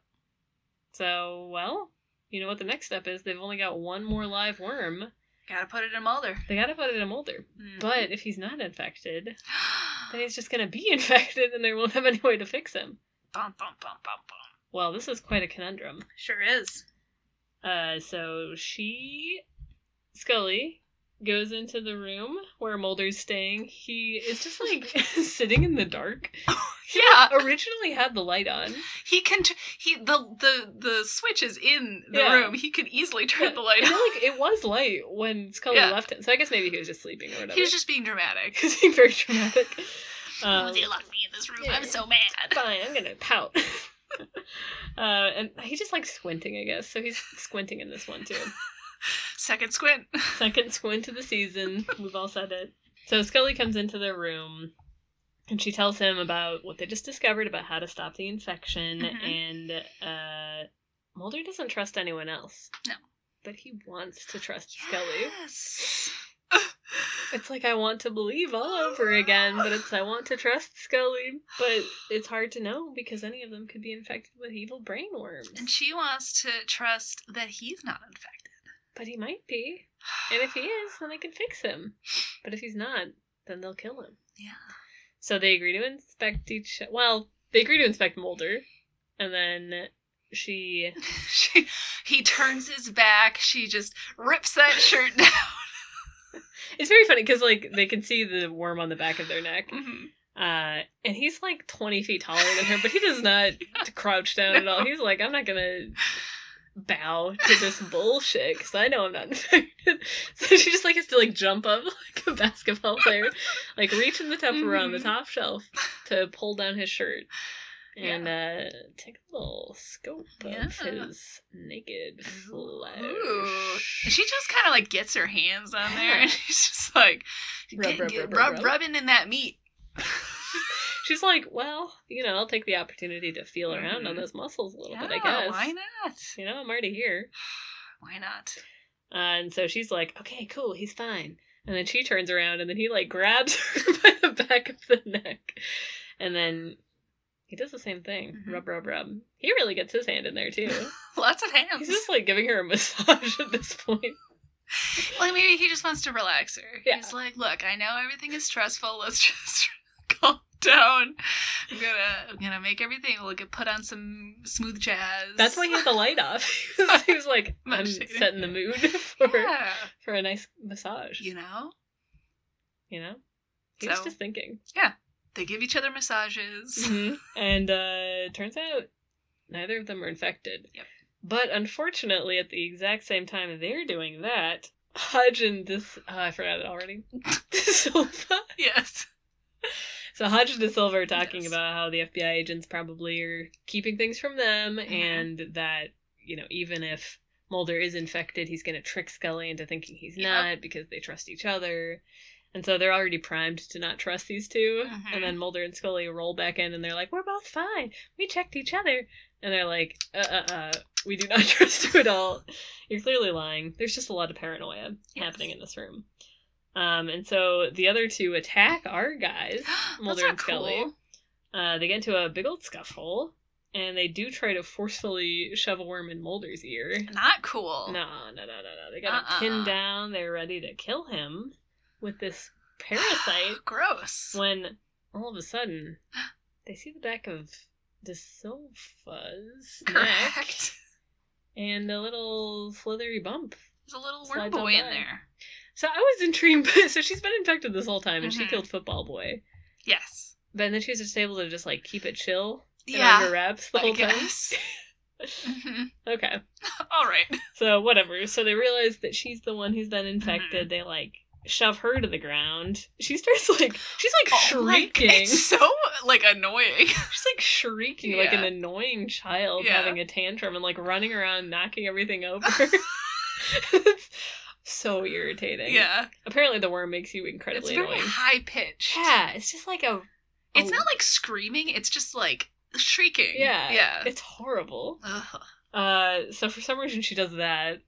Speaker 1: So well, you know what the next step is? They've only got one more live worm.
Speaker 2: Gotta put it in Mulder.
Speaker 1: They gotta put it in a molder.
Speaker 2: Mhm.
Speaker 1: But if he's not infected, then he's just gonna be infected, and they won't have any way to fix him.
Speaker 2: bum bum bum bum bum.
Speaker 1: Well, this is quite a conundrum.
Speaker 2: Sure is.
Speaker 1: Uh, so she, Scully, goes into the room where Mulder's staying. He is just like sitting in the dark.
Speaker 2: Yeah.
Speaker 1: Originally had the light on.
Speaker 2: He can. T- he the the the switch is in the
Speaker 1: Yeah.
Speaker 2: room. He could easily turn the light
Speaker 1: And,
Speaker 2: on.
Speaker 1: like it was light when Scully
Speaker 2: Yeah.
Speaker 1: left him, so I guess maybe he was just sleeping or whatever.
Speaker 2: He was just being dramatic.
Speaker 1: He's being very dramatic.
Speaker 2: oh,
Speaker 1: Um,
Speaker 2: they locked me in this room.
Speaker 1: yeah.
Speaker 2: I'm so mad.
Speaker 1: fine, I'm gonna pout. uh, and he just likes squinting, I guess. So he's squinting in this one too.
Speaker 2: Second squint.
Speaker 1: second squint of the season. We've all said it. So Scully comes into the room and she tells him about what they just discovered about how to stop the infection.
Speaker 2: Mm-hmm.
Speaker 1: And uh, Mulder doesn't trust anyone else.
Speaker 2: No.
Speaker 1: But he wants to trust Scully.
Speaker 2: Yes.
Speaker 1: It's like I want to believe all over again, but it's I want to trust Scully. But it's hard to know because any of them could be infected with evil brain
Speaker 2: and
Speaker 1: worms.
Speaker 2: she wants to trust that he's not infected.
Speaker 1: But he might be. And if he is, then they can fix him. But if he's not, then they'll kill him.
Speaker 2: yeah.
Speaker 1: So they agree to inspect each. Well, they agree to inspect Mulder, and then she.
Speaker 2: She, he turns his back. She just rips that shirt down.
Speaker 1: It's very funny because like they can see the worm on the back of their neck,
Speaker 2: Mhm.
Speaker 1: uh, and he's like twenty feet taller than her, but he does not crouch down at all. He's like, I'm not gonna bow to this bullshit because I know I'm not infected. So she just like has to like jump up like a basketball player, like reach in the Tupperware on the
Speaker 2: Mhm.
Speaker 1: top shelf to pull down his shirt. and uh, take a little scope
Speaker 2: Yeah.
Speaker 1: of his naked
Speaker 2: Ooh. And
Speaker 1: flesh.
Speaker 2: she just kind of like gets her hands on there and she's just like
Speaker 1: Rub,
Speaker 2: get-
Speaker 1: rub,
Speaker 2: get-
Speaker 1: rub,
Speaker 2: rub-
Speaker 1: rub.
Speaker 2: rubbing in that meat.
Speaker 1: She's like, well, you know, I'll take the opportunity to feel around on
Speaker 2: Mhm.
Speaker 1: those muscles a little
Speaker 2: yeah,
Speaker 1: bit, I guess.
Speaker 2: Why not?
Speaker 1: You know, I'm already here.
Speaker 2: Why not?
Speaker 1: Uh, and so she's like, okay, cool, he's fine. And then she turns around and then he like grabs her by the back of the neck. And then he does the same thing
Speaker 2: Mhm.
Speaker 1: rub, rub, rub. He really gets his hand in there too.
Speaker 2: Lots of hands.
Speaker 1: He's just like giving her a massage at this point.
Speaker 2: Well, maybe he just wants to relax her.
Speaker 1: Yeah.
Speaker 2: He's like, look, I know everything is stressful. Let's just calm down. I'm gonna, I'm gonna make everything. We'll get put on some smooth jazz.
Speaker 1: That's why he had the light off. he was- he was like, I'm
Speaker 2: Much needed.
Speaker 1: setting the mood for
Speaker 2: Yeah.
Speaker 1: for a nice massage.
Speaker 2: You know,
Speaker 1: You know, he was
Speaker 2: So-
Speaker 1: just thinking.
Speaker 2: they give each other
Speaker 1: Mm-hmm.
Speaker 2: massages.
Speaker 1: And uh, turns out neither of them are infected.
Speaker 2: Yep.
Speaker 1: But unfortunately, at the exact same time they're doing that, Hodge and this oh, I forgot it already. De Silva.
Speaker 2: yes.
Speaker 1: So Hodge and De Silva are talking
Speaker 2: Yes.
Speaker 1: about how the FBI agents probably are keeping things from them,
Speaker 2: Mm-hmm.
Speaker 1: and that you know even if Mulder is infected, he's going to trick Scully into thinking he's
Speaker 2: Yep.
Speaker 1: not because they trust each other, and so they're already primed to not trust these 2
Speaker 2: Mhm.
Speaker 1: And then Mulder and Scully roll back in, and they're like, "We're both fine. We checked each other," and they're like, "Uh, uh, uh." We do not trust you at all. You're clearly lying. There's just a lot of paranoia
Speaker 2: Yes.
Speaker 1: happening in this room. Um, and so the other two attack our guys.
Speaker 2: That's
Speaker 1: Mulder
Speaker 2: not
Speaker 1: and Scully.
Speaker 2: cool.
Speaker 1: Uh, they get into a big old scuffle, and they do try to forcefully shove a worm in Mulder's ear.
Speaker 2: Not cool.
Speaker 1: No, no, no, no, no. They got him
Speaker 2: Oh. Uh-uh.
Speaker 1: pinned down. They're ready to kill him with this parasite.
Speaker 2: Gross.
Speaker 1: when all of a sudden they see the back of the sofa's neck
Speaker 2: Correct.
Speaker 1: and a little slithery bump.
Speaker 2: There's a little worm
Speaker 1: Slides on
Speaker 2: boy in
Speaker 1: by.
Speaker 2: there.
Speaker 1: So I was intrigued. But, so she's been infected this whole time, and she
Speaker 2: Mhm.
Speaker 1: killed Football Boy.
Speaker 2: Yes.
Speaker 1: But then she was just able to just like keep it chill and under
Speaker 2: Yeah.
Speaker 1: wraps the
Speaker 2: I
Speaker 1: whole time.
Speaker 2: guess. Mhm.
Speaker 1: Okay,
Speaker 2: All right.
Speaker 1: so whatever. So they realize that she's the one who's been
Speaker 2: Mm-hmm.
Speaker 1: infected. They like shove her to the ground. She starts like she's like
Speaker 2: Oh my-
Speaker 1: shrieking.
Speaker 2: it's so like annoying.
Speaker 1: She's like shrieking like an
Speaker 2: Yeah.
Speaker 1: annoying child
Speaker 2: Yeah.
Speaker 1: having a tantrum and like running around knocking everything over. it's so irritating.
Speaker 2: Yeah.
Speaker 1: Apparently the worm makes you
Speaker 2: It's
Speaker 1: incredibly
Speaker 2: very
Speaker 1: annoying.
Speaker 2: high pitched.
Speaker 1: Yeah, it's just like a
Speaker 2: It's
Speaker 1: a-
Speaker 2: not like screaming, it's just like shrieking.
Speaker 1: Yeah.
Speaker 2: Yeah.
Speaker 1: It's horrible.
Speaker 2: Ugh.
Speaker 1: Uh so for some reason she does that.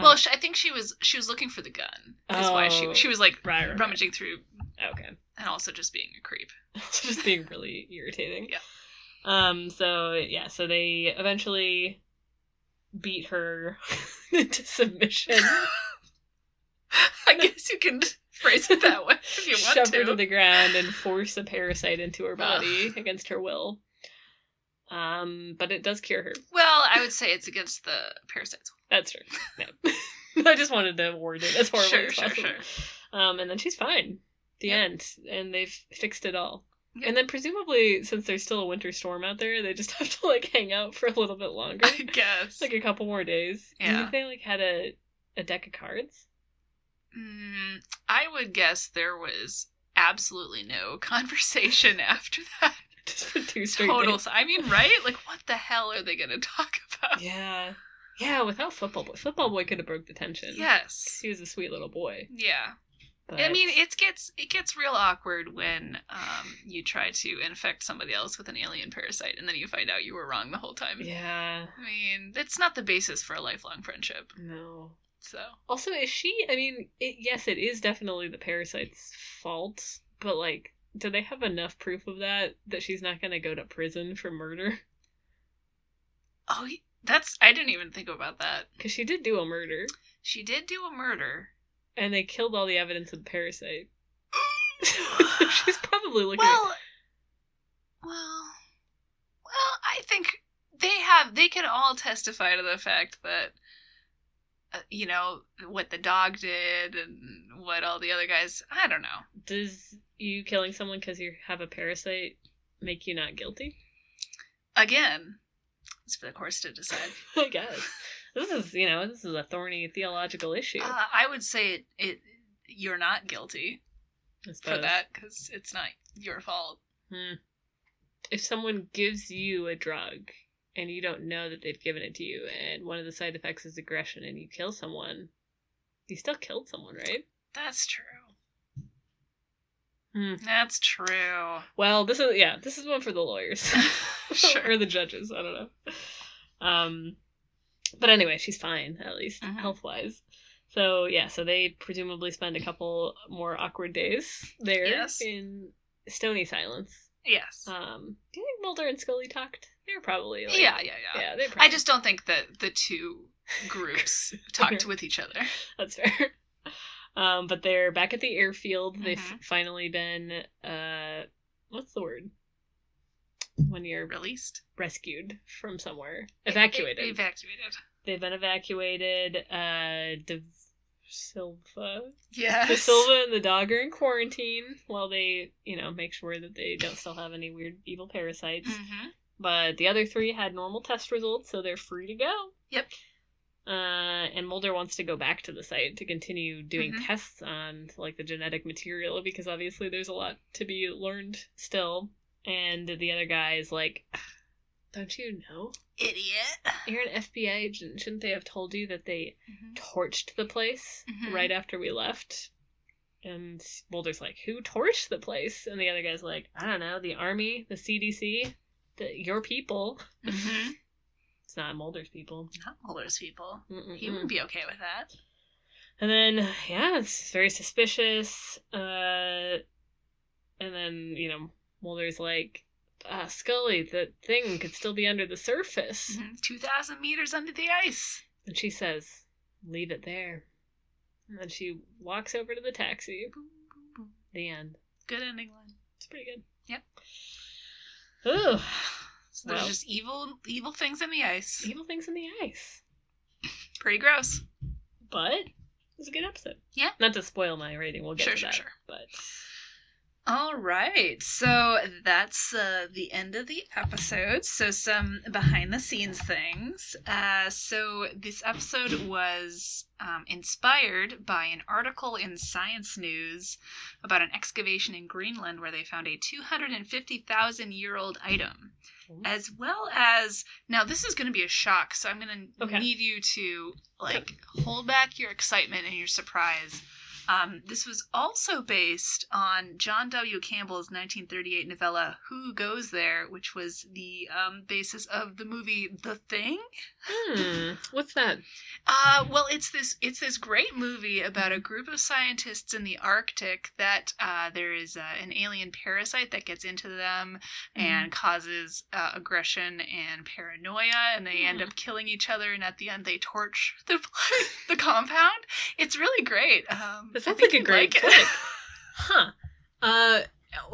Speaker 2: Well,
Speaker 1: Uh,
Speaker 2: sh I think she was she was looking for the gun. That's why she
Speaker 1: Oh.
Speaker 2: she was like
Speaker 1: Right, right,
Speaker 2: rummaging through
Speaker 1: right. Okay.
Speaker 2: and also just being a creep.
Speaker 1: Also just being really irritating.
Speaker 2: Yeah.
Speaker 1: Um, so yeah, so they eventually beat her into submission.
Speaker 2: I guess you can phrase it that way if you want
Speaker 1: shove her
Speaker 2: to.
Speaker 1: to the ground and force a parasite into her body against her will. Um, but it does cure her.
Speaker 2: Well, I would say it's against the parasites.
Speaker 1: That's true. No. I just wanted to word it as horribly
Speaker 2: Sure,
Speaker 1: as
Speaker 2: sure,
Speaker 1: possible.
Speaker 2: sure.
Speaker 1: Um, and then she's fine. The
Speaker 2: Yep.
Speaker 1: end. And they've fixed it all.
Speaker 2: Yep.
Speaker 1: And then presumably, since there's still a winter storm out there, they just have to like hang out for a little bit longer,
Speaker 2: I guess.
Speaker 1: like a couple more days. Do You
Speaker 2: Yeah.
Speaker 1: think they like had a a deck of cards?
Speaker 2: Mm, I would guess there was absolutely no conversation after that.
Speaker 1: Just for two straight
Speaker 2: Total.
Speaker 1: days.
Speaker 2: I mean, right? Like, what the hell are they going to talk about?
Speaker 1: Yeah, yeah. Without football boy, football boy could have broke the tension.
Speaker 2: Yes.
Speaker 1: he was a sweet little boy.
Speaker 2: Yeah.
Speaker 1: But
Speaker 2: I mean, it gets it gets real awkward when um, you try to infect somebody else with an alien parasite, and then you find out you were wrong the whole time.
Speaker 1: yeah,
Speaker 2: I mean, it's not the basis for a lifelong friendship.
Speaker 1: no.
Speaker 2: So
Speaker 1: Also, is she? I mean, it, yes, it is definitely the parasite's fault, but like, do they have enough proof of that that she's not going to go to prison for murder?
Speaker 2: Oh, y- that's I didn't even think about that.
Speaker 1: Because she did do a murder,
Speaker 2: She did do a murder.
Speaker 1: and they killed all the evidence of the parasite. So she's probably looking.
Speaker 2: Well, well, well. I think they have. They can all testify to the fact that, uh, you know, what the dog did and what all the other guys. I don't know.
Speaker 1: does you killing someone because you have a parasite make you not guilty?
Speaker 2: Again, it's for the courts to decide.
Speaker 1: I guess this is you know this is a thorny theological issue.
Speaker 2: Uh, I would say it, it. You're not guilty
Speaker 1: I
Speaker 2: for
Speaker 1: suppose.
Speaker 2: that because it's not your fault.
Speaker 1: Hmm. If someone gives you a drug and you don't know that they've given it to you, and one of the side effects is aggression, and you kill someone, you still killed someone, right?
Speaker 2: That's true.
Speaker 1: Hmm.
Speaker 2: That's true.
Speaker 1: Well, this is yeah, this is one for the lawyers
Speaker 2: Sure.
Speaker 1: or the judges. I don't know. Um, but anyway, she's fine at least
Speaker 2: Mhm.
Speaker 1: health wise. So yeah, so they presumably spend a couple more awkward days there
Speaker 2: Yes.
Speaker 1: in stony silence.
Speaker 2: Yes.
Speaker 1: Um, do you think Mulder and Scully talked? They were probably like,
Speaker 2: yeah, yeah, yeah.
Speaker 1: yeah. They
Speaker 2: I
Speaker 1: probably,
Speaker 2: just don't think that the two groups talked with each other.
Speaker 1: that's fair. Um, but they're back at the airfield. They've
Speaker 2: Mhm.
Speaker 1: finally been uh, what's the word when you're
Speaker 2: Released,
Speaker 1: rescued from somewhere, evacuated.
Speaker 2: E- evacuated.
Speaker 1: They've been evacuated. Uh, De Silva,
Speaker 2: Yes.
Speaker 1: De Silva, and the dog are in quarantine while they, you know, make sure that they don't still have any weird evil parasites.
Speaker 2: hmm
Speaker 1: But the other three had normal test results, so they're free to go.
Speaker 2: Yep.
Speaker 1: Uh, and Mulder wants to go back to the site to continue doing
Speaker 2: Mhm.
Speaker 1: tests on like the genetic material because obviously there's a lot to be learned still. And the other guy is like, "Don't you know?
Speaker 2: Idiot.
Speaker 1: You're an FBI agent. Shouldn't they have told you that they
Speaker 2: Mhm.
Speaker 1: torched the place
Speaker 2: Mhm.
Speaker 1: right after we left?" And Mulder's like, "Who torched the place?" And the other guy's like, "I don't know. The army, the CDC, the, your people."
Speaker 2: Mhm.
Speaker 1: It's not Mulder's people.
Speaker 2: Not all those people.
Speaker 1: Mm-mm-mm.
Speaker 2: He wouldn't be okay with that.
Speaker 1: And then, yeah, it's very suspicious. Uh, and then, you know, Mulder's like, uh, Scully, the thing could still be under the surface.
Speaker 2: Mhm. 2,000 meters under the ice.
Speaker 1: And she says, leave it there. And then she walks over to the taxi.
Speaker 2: Boom, boom, boom.
Speaker 1: The end.
Speaker 2: Good ending line.
Speaker 1: It's pretty good.
Speaker 2: Yep.
Speaker 1: Ooh,
Speaker 2: So there's
Speaker 1: Well.
Speaker 2: just evil, evil things in the ice.
Speaker 1: evil things in the ice.
Speaker 2: Pretty gross.
Speaker 1: But was a good episode.
Speaker 2: Yeah.
Speaker 1: Not to spoil my rating, we'll get
Speaker 2: Sure,
Speaker 1: to
Speaker 2: sure,
Speaker 1: that.
Speaker 2: sure.
Speaker 1: But
Speaker 2: All right, so that's uh, the end of the episode. So some behind the scenes things. Uh, so this episode was um, inspired by an article in Science News about an excavation in Greenland where they found a 250,000 year old item,
Speaker 1: Ooh.
Speaker 2: as well as now this is going to be a shock. So I'm going to
Speaker 1: Okay.
Speaker 2: need you to like hold back your excitement and your surprise um, this was also based on John W. Campbell's 1938 novella "Who Goes There," which was the um, basis of the movie "The Thing."
Speaker 1: hmm, what's that?
Speaker 2: Uh, well, it's this it's this great movie about a group of scientists in the Arctic that uh, there is uh, an alien parasite that gets into them and
Speaker 1: Mm-hmm.
Speaker 2: causes uh, aggression and paranoia, and they end
Speaker 1: Hmm.
Speaker 2: up killing each other. And at the end, they torch the the compound. It's really great. Um,
Speaker 1: That
Speaker 2: I
Speaker 1: sounds
Speaker 2: think
Speaker 1: like a
Speaker 2: you'd
Speaker 1: great
Speaker 2: like it.
Speaker 1: flick. Huh. Uh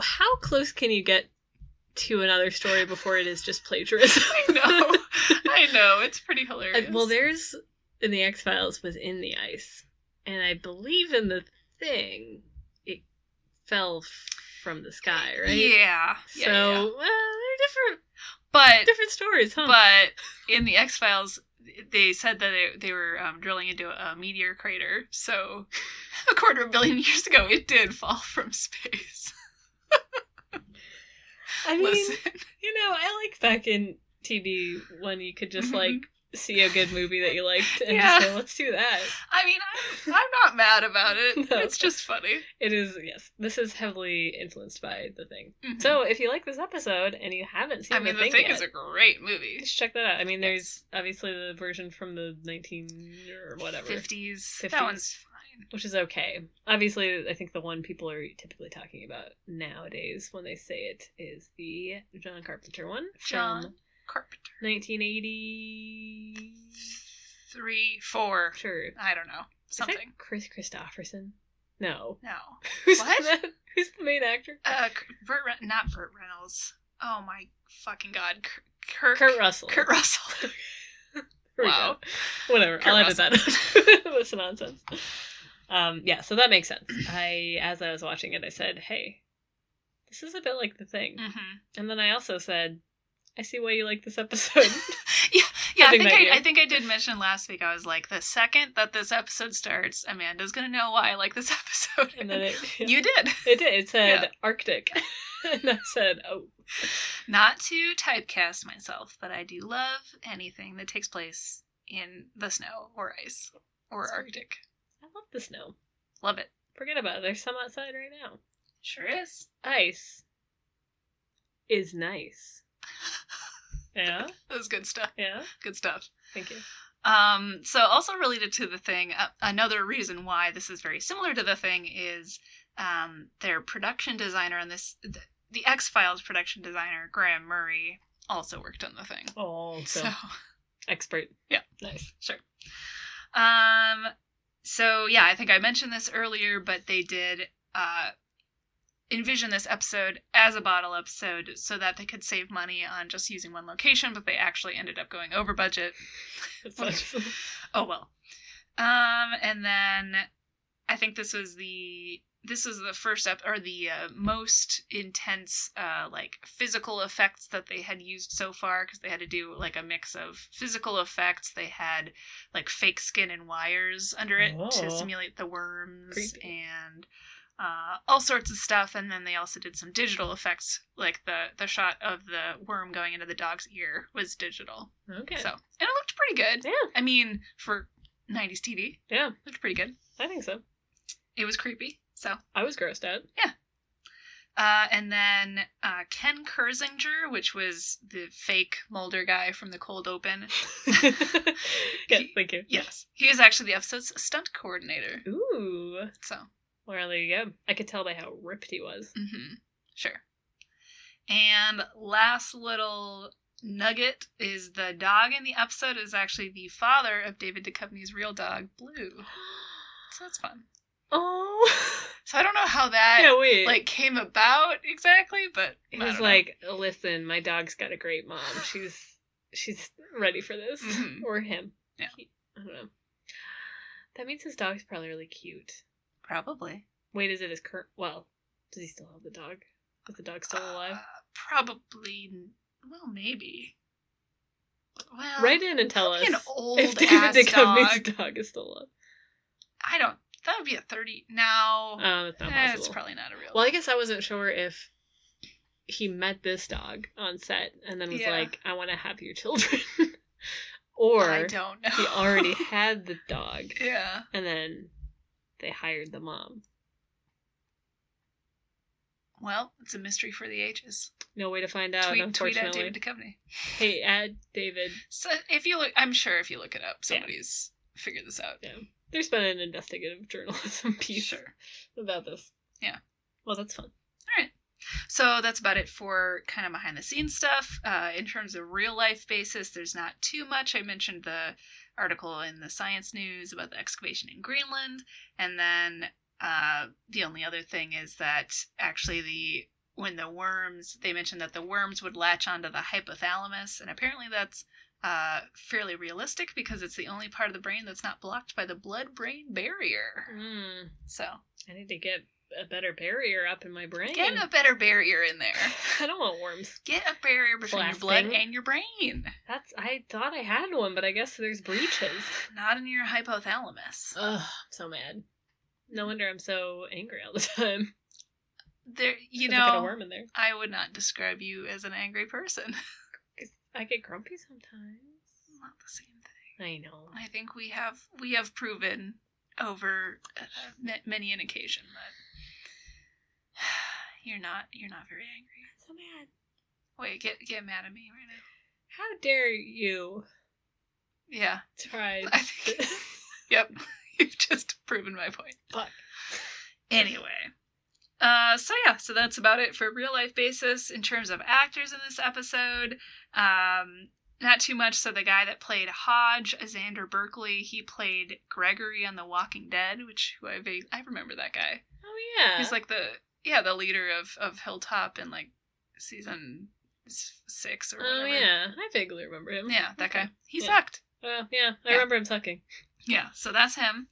Speaker 1: how close can you get to another story before it is just plagiarism?
Speaker 2: I know. I know. It's pretty
Speaker 1: Uh,
Speaker 2: hilarious.
Speaker 1: well, there's in the X Files was in the ice, and I believe in the thing it fell f- from the sky, right?
Speaker 2: Yeah.
Speaker 1: So
Speaker 2: Yeah. yeah.
Speaker 1: well, they're different,
Speaker 2: But
Speaker 1: different stories, huh?
Speaker 2: but in the X Files, they said that they, they were um, drilling into a meteor crater. So a quarter of a billion years ago, it did fall from space.
Speaker 1: I mean,
Speaker 2: Listen.
Speaker 1: you know, I like back in TV when you could just
Speaker 2: Mhm.
Speaker 1: like see a good movie that you liked and
Speaker 2: Yeah.
Speaker 1: just go, let's do that.
Speaker 2: I mean, I'm, I'm not mad about it.
Speaker 1: No.
Speaker 2: It's just funny.
Speaker 1: It is yes, this is heavily influenced by the thing.
Speaker 2: Mhm.
Speaker 1: So if you like this episode and you haven't seen
Speaker 2: I mean,
Speaker 1: the thing, yet,
Speaker 2: is a great movie.
Speaker 1: You should check that out. I mean,
Speaker 2: Yes.
Speaker 1: there's obviously the version from the 19 or whatever,
Speaker 2: 50s.
Speaker 1: 50s.
Speaker 2: That one's fine.
Speaker 1: which is okay. Obviously, I think the one people are typically talking about nowadays when they say it is the John Carpenter one
Speaker 2: John.
Speaker 1: from
Speaker 2: Carpenter.
Speaker 1: 1980.
Speaker 2: Three, four.
Speaker 1: Sure. Is
Speaker 2: I don't know.
Speaker 1: that
Speaker 2: Something.
Speaker 1: Chris Christopherson? No.
Speaker 2: No.
Speaker 1: Who's
Speaker 2: What?
Speaker 1: the- who's the main actor?
Speaker 2: Uh, C- Burt Re- not Burt Reynolds. Oh my fucking god, K- Kirk.
Speaker 1: Kurt Russell.
Speaker 2: Kurt Russell.
Speaker 1: Here we go.
Speaker 2: wow.
Speaker 1: whatever.
Speaker 2: Kurt
Speaker 1: I'll edit that out. That's nonsense. Um, yeah, so that makes sense. I, as I was watching it, I said, "Hey, this is a bit like the thing,"
Speaker 2: hmm
Speaker 1: and then I also said, "I see why you like this episode."
Speaker 2: Yeah, I
Speaker 1: Something
Speaker 2: think
Speaker 1: that
Speaker 2: I,
Speaker 1: year.
Speaker 2: I think I did mention last week. I was like, the second that this episode starts, Amanda's gonna know why I like this episode.
Speaker 1: and then it,
Speaker 2: you did.
Speaker 1: it did. It said
Speaker 2: Yeah.
Speaker 1: Arctic, and I said, "Oh,
Speaker 2: Not to typecast myself, but I do love anything that takes place in the snow or ice or Arctic.
Speaker 1: I love the snow.
Speaker 2: Love it.
Speaker 1: Forget about it. There's some outside right now.
Speaker 2: Sure is.
Speaker 1: Ice is nice." Yeah,
Speaker 2: That was good stuff.
Speaker 1: yeah.
Speaker 2: Good stuff.
Speaker 1: Thank you.
Speaker 2: Um, so also related to the thing, uh, another reason why this is very similar to the thing is um, their production designer on this, the, the X Files production designer Graham Murray also worked on the thing.
Speaker 1: Oh, so,
Speaker 2: So
Speaker 1: expert.
Speaker 2: Yeah.
Speaker 1: nice.
Speaker 2: sure. Um, so yeah, I think I mentioned this earlier, but they did uh, envision this episode as a bottle episode so that they could save money on just using one location, but they actually ended up going over budget.
Speaker 1: That sucks.
Speaker 2: Oh well. Um, and then I think this was the this was the first up or the uh, most intense uh like physical effects that they had used so far because they had to do like a mix of physical effects. They had like fake skin and wires under it
Speaker 1: Oh.
Speaker 2: to simulate the worms
Speaker 1: Creepy.
Speaker 2: and. Uh, all sorts of stuff, and then they also did some digital effects, like the the shot of the worm going into the dog's ear was digital.
Speaker 1: okay.
Speaker 2: So, and it looked pretty good.
Speaker 1: Yeah,
Speaker 2: I mean, for 90s TV,
Speaker 1: yeah,
Speaker 2: looked pretty good.
Speaker 1: I think so.
Speaker 2: It was creepy. So,
Speaker 1: I was grossed out.
Speaker 2: uh, and then uh, Ken Kersinger, which was the fake Mulder guy from the Cold Open.
Speaker 1: yeah, thank you.
Speaker 2: Yes, he was actually the episode's stunt coordinator.
Speaker 1: Ooh,
Speaker 2: So,
Speaker 1: well, there you go. I could tell by how ripped he was.
Speaker 2: hmm sure. And last little nugget is the dog in the episode is actually the father of David Duchovny's real dog, Blue. So that's fun.
Speaker 1: oh,
Speaker 2: So I don't know how that
Speaker 1: yeah. Wait,
Speaker 2: like came about exactly, but
Speaker 1: he
Speaker 2: I
Speaker 1: was
Speaker 2: don't know.
Speaker 1: like, "Listen, my dog's got a great mom. She's she's ready for this,
Speaker 2: Mhm.
Speaker 1: or him.
Speaker 2: Yeah.
Speaker 1: He- I don't know." That means his dog's probably really cute.
Speaker 2: Probably.
Speaker 1: Wait, is it his current? Well, does he still have the dog? Is the dog still alive?
Speaker 2: Uh, probably. n- Well, maybe. Well,
Speaker 1: Write in and tell us
Speaker 2: Uh, probably an old
Speaker 1: if
Speaker 2: ass
Speaker 1: David Duchovny's
Speaker 2: dog.
Speaker 1: dog. is still alive.
Speaker 2: I don't. That would be a thirty. No,
Speaker 1: Oh, that's not
Speaker 2: Eh,
Speaker 1: possible.
Speaker 2: it's probably not a real.
Speaker 1: Well, I guess I wasn't sure if he met this dog on set and then was
Speaker 2: Yeah.
Speaker 1: like, "I want to have your children," or
Speaker 2: I don't know.
Speaker 1: he already had the dog
Speaker 2: yeah.
Speaker 1: and then they hired the mom.
Speaker 2: Well, it's a mystery for the ages.
Speaker 1: No way to find out,
Speaker 2: tweet, tweet at
Speaker 1: unfortunately.
Speaker 2: David Duchovny.
Speaker 1: Hey, add David.
Speaker 2: So if you look, I'm sure if you look it up,
Speaker 1: Yeah.
Speaker 2: somebody's figured this out.
Speaker 1: Yeah. There's been an investigative journalism piece
Speaker 2: Sure.
Speaker 1: about this.
Speaker 2: Yeah.
Speaker 1: Well, that's fun.
Speaker 2: All right. So that's about it for kind of behind the scenes stuff. Uh, in terms of real life basis, there's not too much. I mentioned the article in the Science News about the excavation in Greenland, and then uh, the only other thing is that actually the when the worms they mentioned that the worms would latch onto the hypothalamus, and apparently that's uh, fairly realistic because it's the only part of the brain that's not blocked by the blood-brain barrier.
Speaker 1: Mm,
Speaker 2: So
Speaker 1: I need to get a better barrier up in my brain.
Speaker 2: get a better barrier in there.
Speaker 1: I don't want worms.
Speaker 2: Get a barrier between your blood
Speaker 1: Blasting.
Speaker 2: and your brain.
Speaker 1: That's I thought I had one, but I guess there's breaches.
Speaker 2: Not in your hypothalamus.
Speaker 1: Ugh, I'm so mad. No wonder I'm so angry all the time.
Speaker 2: There, you
Speaker 1: 'Cause I got a
Speaker 2: know,
Speaker 1: worm in there.
Speaker 2: I would not describe you as an angry person.
Speaker 1: 'Cause I get grumpy sometimes.
Speaker 2: not the same thing.
Speaker 1: I know.
Speaker 2: I think we have we have proven over uh, ma- many an occasion that you're not you're not very angry.
Speaker 1: I'm so mad.
Speaker 2: Wait, get get mad at me right now.
Speaker 1: How dare you
Speaker 2: Yeah,
Speaker 1: try?
Speaker 2: I think. yep, you've just proven my point.
Speaker 1: Fuck.
Speaker 2: Anyway. Uh, so yeah, so that's about it for real life basis in terms of actors in this episode. Um, not too much. So the guy that played Hodge, Xander Berkeley, he played Gregory on The Walking Dead, which who I vague- I remember that guy.
Speaker 1: oh yeah.
Speaker 2: He's like the yeah the leader of of Hilltop in like season s- six or whatever.
Speaker 1: oh yeah. I vaguely remember him.
Speaker 2: yeah, that
Speaker 1: Okay.
Speaker 2: guy. He
Speaker 1: Yeah.
Speaker 2: sucked.
Speaker 1: Oh yeah. I
Speaker 2: Yeah.
Speaker 1: remember him sucking.
Speaker 2: Yeah, so that's him.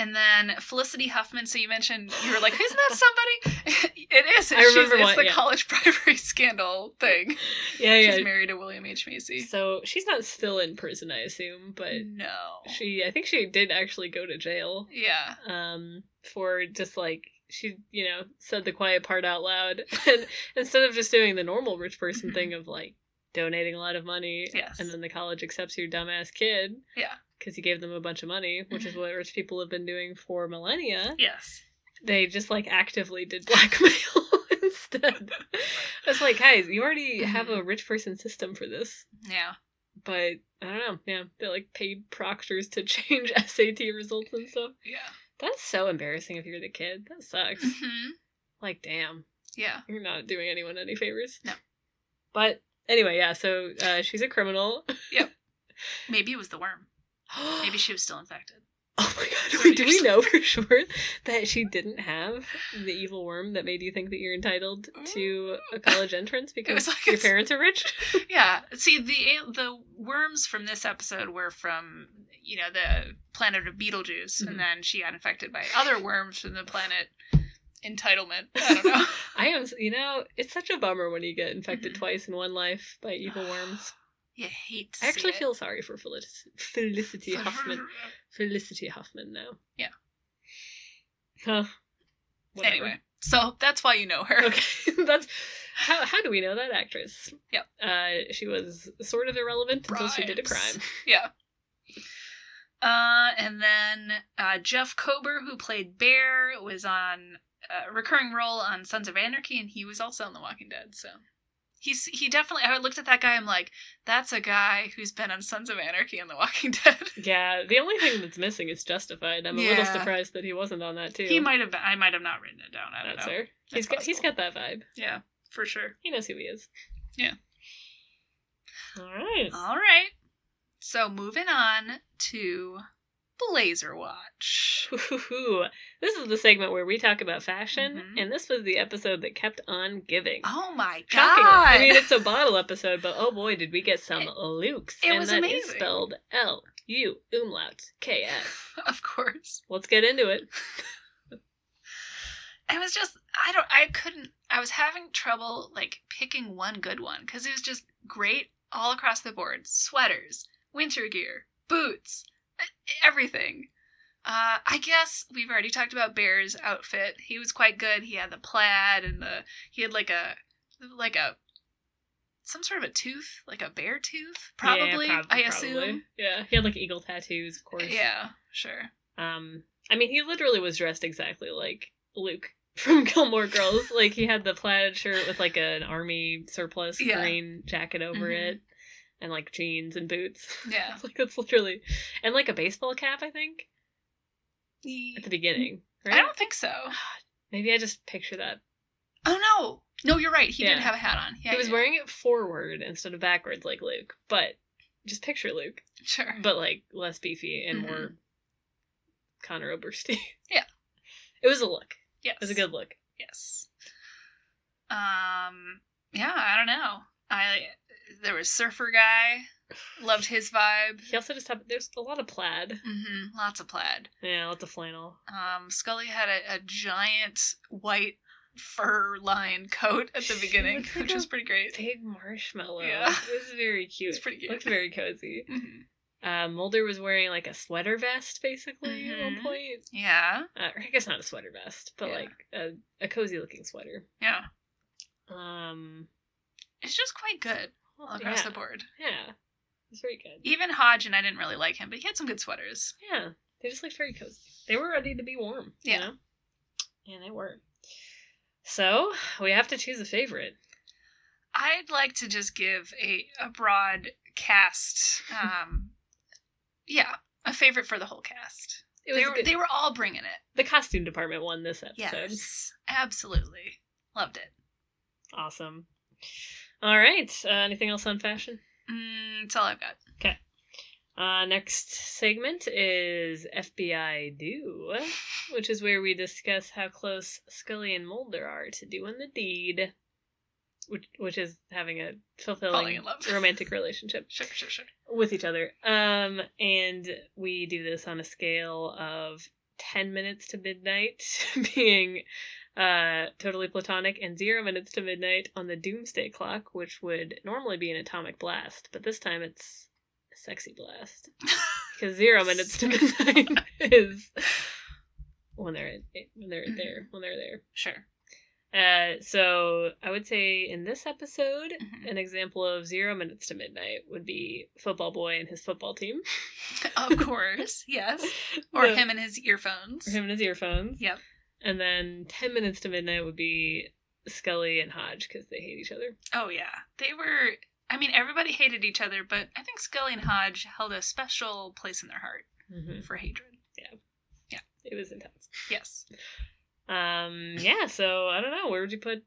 Speaker 2: And then Felicity Huffman. So you mentioned you were like, "Isn't that somebody?" it is.
Speaker 1: I remember one,
Speaker 2: She's, it's the
Speaker 1: yeah.
Speaker 2: college bribery scandal thing.
Speaker 1: Yeah yeah.
Speaker 2: She's married to William H Macy.
Speaker 1: So she's not still in prison, I assume, but
Speaker 2: Mm. No.
Speaker 1: she I think she did actually go to jail.
Speaker 2: Yeah.
Speaker 1: um, for just like she, you know, said the quiet part out loud, and instead of just doing the normal rich person
Speaker 2: Mhm.
Speaker 1: thing of like donating a lot of money,
Speaker 2: Yes.
Speaker 1: and then the college accepts your dumbass kid,
Speaker 2: Yeah. Mm-hmm.
Speaker 1: because you gave them a bunch of money, which is what rich people have been doing for millennia.
Speaker 2: Yes.
Speaker 1: They just like actively did blackmail instead. It's like, guys, you already have
Speaker 2: Mm-hmm.
Speaker 1: a rich person system for this.
Speaker 2: Yeah.
Speaker 1: But I don't know. Yeah, they like paid proctors to change SAT results and stuff.
Speaker 2: Yeah.
Speaker 1: That's so embarrassing if you're the kid. That sucks.
Speaker 2: hmm
Speaker 1: like, damn,
Speaker 2: Yeah.
Speaker 1: you're not doing anyone any favors.
Speaker 2: No.
Speaker 1: But anyway, yeah, so uh, she's a criminal.
Speaker 2: Maybe it was the worm. Maybe she was still infected.
Speaker 1: Oh my god,
Speaker 2: Thirty
Speaker 1: wait, do we know for sure that she didn't have the evil worm that made you think that you're entitled to a college entrance because
Speaker 2: Mm. like
Speaker 1: your
Speaker 2: it's-
Speaker 1: parents are rich?
Speaker 2: Yeah. See, the the worms from this episode were from you know the planet of Beetlejuice,
Speaker 1: Mhm.
Speaker 2: and then she got infected by other worms from the planet entitlement. I don't know.
Speaker 1: I am, you know, it's such a bummer when you get infected
Speaker 2: Mhm.
Speaker 1: twice in one life by evil worms.
Speaker 2: You hate. To
Speaker 1: I actually
Speaker 2: see it.
Speaker 1: feel sorry for Felicity, Felicity Huffman. Felicity Huffman now.
Speaker 2: Yeah.
Speaker 1: Huh. Whatever.
Speaker 2: Anyway, so that's why you know her.
Speaker 1: Okay. That's how how do we know that actress?
Speaker 2: Yep.
Speaker 1: Uh she was sort of irrelevant until she did a
Speaker 2: Bribes.
Speaker 1: crime.
Speaker 2: Yeah. Uh, and then uh, Jeff Kober, who played Bear, was on a recurring role on Sons of Anarchy, and he was also on The Walking Dead. So he's he definitely. I looked at that guy. I'm like, that's a guy who's been on Sons of Anarchy and The Walking Dead.
Speaker 1: Yeah, the only thing that's missing is justified. I'm a little
Speaker 2: Yeah.
Speaker 1: surprised that he wasn't on that too.
Speaker 2: he might have. Been, I might have not written it down. I don't
Speaker 1: that's
Speaker 2: know.
Speaker 1: her. He's got he's got that vibe.
Speaker 2: Yeah, for sure.
Speaker 1: He knows who he is.
Speaker 2: Yeah.
Speaker 1: All right.
Speaker 2: All right. So moving on to Blazer Watch.
Speaker 1: Ooh, this is the segment where we talk about fashion,
Speaker 2: Mhm.
Speaker 1: and this was the episode that kept on giving.
Speaker 2: Oh my god!
Speaker 1: Shockingly. I mean, it's a bottle episode, but oh boy, did we get some
Speaker 2: It-
Speaker 1: Luke's.
Speaker 2: it
Speaker 1: and
Speaker 2: was
Speaker 1: that is
Speaker 2: amazing.
Speaker 1: spelled L U umlaut K S.
Speaker 2: of course.
Speaker 1: Let's get into it.
Speaker 2: It was just I don't I couldn't I was having trouble like picking one good one because it was just great all across the board. Sweaters, winter gear, boots, e- everything. Uh, I guess we've already talked about Bear's outfit. He was quite good. He had the plaid and the he had like a like a some sort of a tooth, like a bear tooth, probably.
Speaker 1: Yeah,
Speaker 2: I assume.
Speaker 1: probably. Yeah, he had like eagle tattoos, of course.
Speaker 2: Yeah, sure.
Speaker 1: Um, I mean, he literally was dressed exactly like Luke from Gilmore Girls. like he had the plaid shirt with like an army surplus
Speaker 2: Yeah.
Speaker 1: green jacket over
Speaker 2: Mhm.
Speaker 1: it, and like jeans and boots.
Speaker 2: Yeah.
Speaker 1: It's like that's literally, and like a baseball cap, I think, at the beginning. Right?
Speaker 2: I don't think so.
Speaker 1: Maybe I just picture that.
Speaker 2: Oh no, no, you're right. He did
Speaker 1: Yeah.
Speaker 2: have a hat on. Yeah,
Speaker 1: he was
Speaker 2: yeah.
Speaker 1: wearing it forward instead of backwards like Luke, but just picture Luke,
Speaker 2: sure.
Speaker 1: but like less beefy and
Speaker 2: Mhm.
Speaker 1: more Connor Oberstein.
Speaker 2: Yeah.
Speaker 1: it was a look.
Speaker 2: Yes.
Speaker 1: It was a good look.
Speaker 2: Yes. Um. Yeah, I don't know. I there was surfer guy, loved his vibe.
Speaker 1: He also just had there's a lot of plaid.
Speaker 2: hmm Lots of plaid.
Speaker 1: Yeah, lots of flannel.
Speaker 2: Um, Scully had a, a giant white fur lined coat at the
Speaker 1: She
Speaker 2: beginning,
Speaker 1: looks like
Speaker 2: which was
Speaker 1: a
Speaker 2: pretty great.
Speaker 1: Big marshmallow.
Speaker 2: Yeah.
Speaker 1: It was very cute.
Speaker 2: It's pretty cute.
Speaker 1: Looked very cozy.
Speaker 2: Mhm.
Speaker 1: Uh, Mulder was wearing like a sweater vest basically at one
Speaker 2: Mhm.
Speaker 1: point.
Speaker 2: Yeah,
Speaker 1: Uh, or I guess not a sweater vest, but
Speaker 2: Yeah.
Speaker 1: like a, a cozy looking sweater.
Speaker 2: yeah.
Speaker 1: Um,
Speaker 2: It's just quite good all across
Speaker 1: yeah,
Speaker 2: the board.
Speaker 1: yeah, it's very good.
Speaker 2: Even Hodge and I didn't really like him, but he had some good sweaters.
Speaker 1: Yeah, they just looked very cozy. They were ready to be warm.
Speaker 2: Yeah.
Speaker 1: you know? and they were. So we have to choose a favorite.
Speaker 2: I'd like to just give a, a broad cast. Um, yeah, a favorite for the whole cast.
Speaker 1: It was
Speaker 2: they, were,
Speaker 1: good.
Speaker 2: they were all bringing it.
Speaker 1: the costume department won this episode.
Speaker 2: Yes, absolutely. Loved it.
Speaker 1: Awesome. All right. Uh, anything else on fashion?
Speaker 2: Mm, that's all I've got.
Speaker 1: Uh, next segment is FBI Do, which is where we discuss how close Scully and Mulder are to doing the deed, which which is having a
Speaker 2: Falling
Speaker 1: fulfilling
Speaker 2: in love.
Speaker 1: romantic relationship
Speaker 2: Sure, sure, sure.
Speaker 1: with each other. Um, and we do this on a scale of ten minutes to midnight being uh totally platonic and zero minutes to midnight on the doomsday clock, which would normally be an atomic blast, but this time it's a sexy blast. Because zero minutes to midnight is when they're at, when they're there when they're there.
Speaker 2: Sure.
Speaker 1: Uh, so I would say in this episode,
Speaker 2: Mhm.
Speaker 1: an example of zero minutes to midnight would be Football Boy and his football team.
Speaker 2: Mm-hmm. Of course, yes. Or
Speaker 1: The-
Speaker 2: him and his earphones.
Speaker 1: Or him and his earphones.
Speaker 2: Yep.
Speaker 1: And then 10 minutes to midnight would be Scully and Hodge because they hate each other.
Speaker 2: Oh, yeah. They were, I mean, everybody hated each other, but I think Scully and Hodge held a special place in their heart
Speaker 1: Mm-hmm.
Speaker 2: for hatred.
Speaker 1: It was intense.
Speaker 2: Yes.
Speaker 1: Um, yeah, so I don't know. Where would you put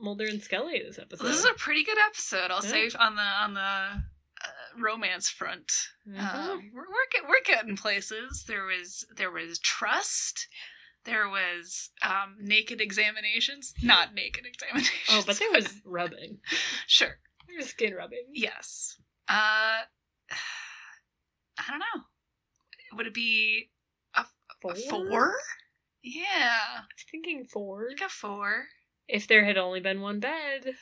Speaker 1: Mulder and Scully this episode?
Speaker 2: This is a pretty good episode. I'll say on the on the uh, romance front,
Speaker 1: Mhm.
Speaker 2: um, we're we're, get, we're getting places. There was there was trust. There was um, naked examinations, not naked examinations.
Speaker 1: Oh, but there was rubbing.
Speaker 2: sure.
Speaker 1: There was skin rubbing.
Speaker 2: Yes. Uh, I don't know. Would it be
Speaker 1: Four?
Speaker 2: a four? Yeah,
Speaker 1: I was thinking four.
Speaker 2: like a four.
Speaker 1: If there had only been one bed,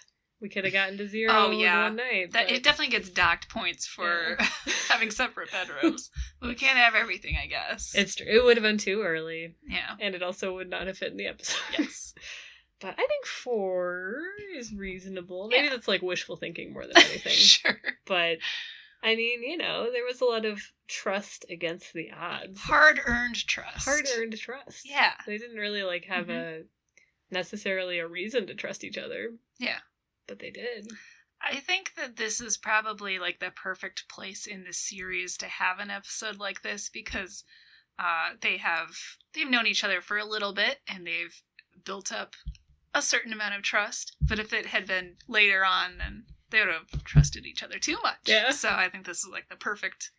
Speaker 1: we could have gotten to zero
Speaker 2: Oh,
Speaker 1: with
Speaker 2: yeah.
Speaker 1: one night.
Speaker 2: That
Speaker 1: but-
Speaker 2: it definitely gets docked points for having separate bedrooms. but we can't have everything, I guess.
Speaker 1: It's true. It would have been too early,
Speaker 2: yeah.
Speaker 1: and it also would not have fit in the episode.
Speaker 2: Yes.
Speaker 1: But I think four is reasonable. Maybe
Speaker 2: Yeah.
Speaker 1: that's like wishful thinking more than anything.
Speaker 2: sure.
Speaker 1: but I mean, you know, there was a lot of trust against the odds,
Speaker 2: Hard earned trust.
Speaker 1: hard earned trust.
Speaker 2: Yeah. Mm-hmm.
Speaker 1: they didn't really like have a necessarily a reason to trust each other.
Speaker 2: Yeah.
Speaker 1: but they did.
Speaker 2: I think that this is probably like the perfect place in the series to have an episode like this because uh, they have they've known each other for a little bit and they've built up a certain amount of trust. But if it had been later on, then they would have trusted each other too much.
Speaker 1: Yeah.
Speaker 2: So I think this is like the perfect.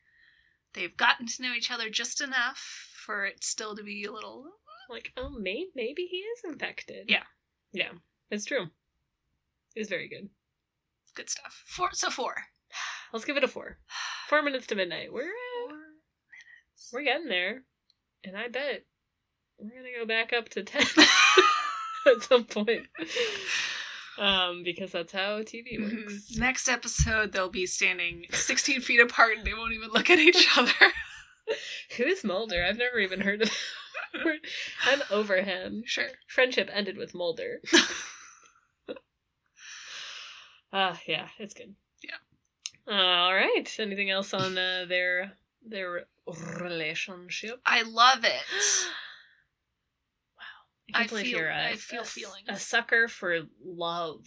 Speaker 2: They've gotten to know each other just enough for it still to be a little.
Speaker 1: Like, oh, may- maybe he is infected.
Speaker 2: Yeah.
Speaker 1: yeah, it's true. It was very good.
Speaker 2: Good stuff. Four, so four.
Speaker 1: Let's give it a four. Four minutes to midnight. We're uh,
Speaker 2: Four
Speaker 1: We're getting there. And I bet we're gonna go back up to ten at some point. Um, because that's how TV works.
Speaker 2: Mhm. Next episode, they'll be standing 16 feet apart and they won't even look at each other.
Speaker 1: Who is Mulder? I've never even heard of him. I'm over him.
Speaker 2: sure.
Speaker 1: Friendship ended with Mulder. Ah, yeah, it's good. Uh,
Speaker 2: Yeah.
Speaker 1: all right. Anything else on uh, their their relationship?
Speaker 2: I love it.
Speaker 1: I,
Speaker 2: I
Speaker 1: can't believe
Speaker 2: feel-
Speaker 1: you're a-
Speaker 2: I feel
Speaker 1: a s-
Speaker 2: feelings.
Speaker 1: A sucker for love.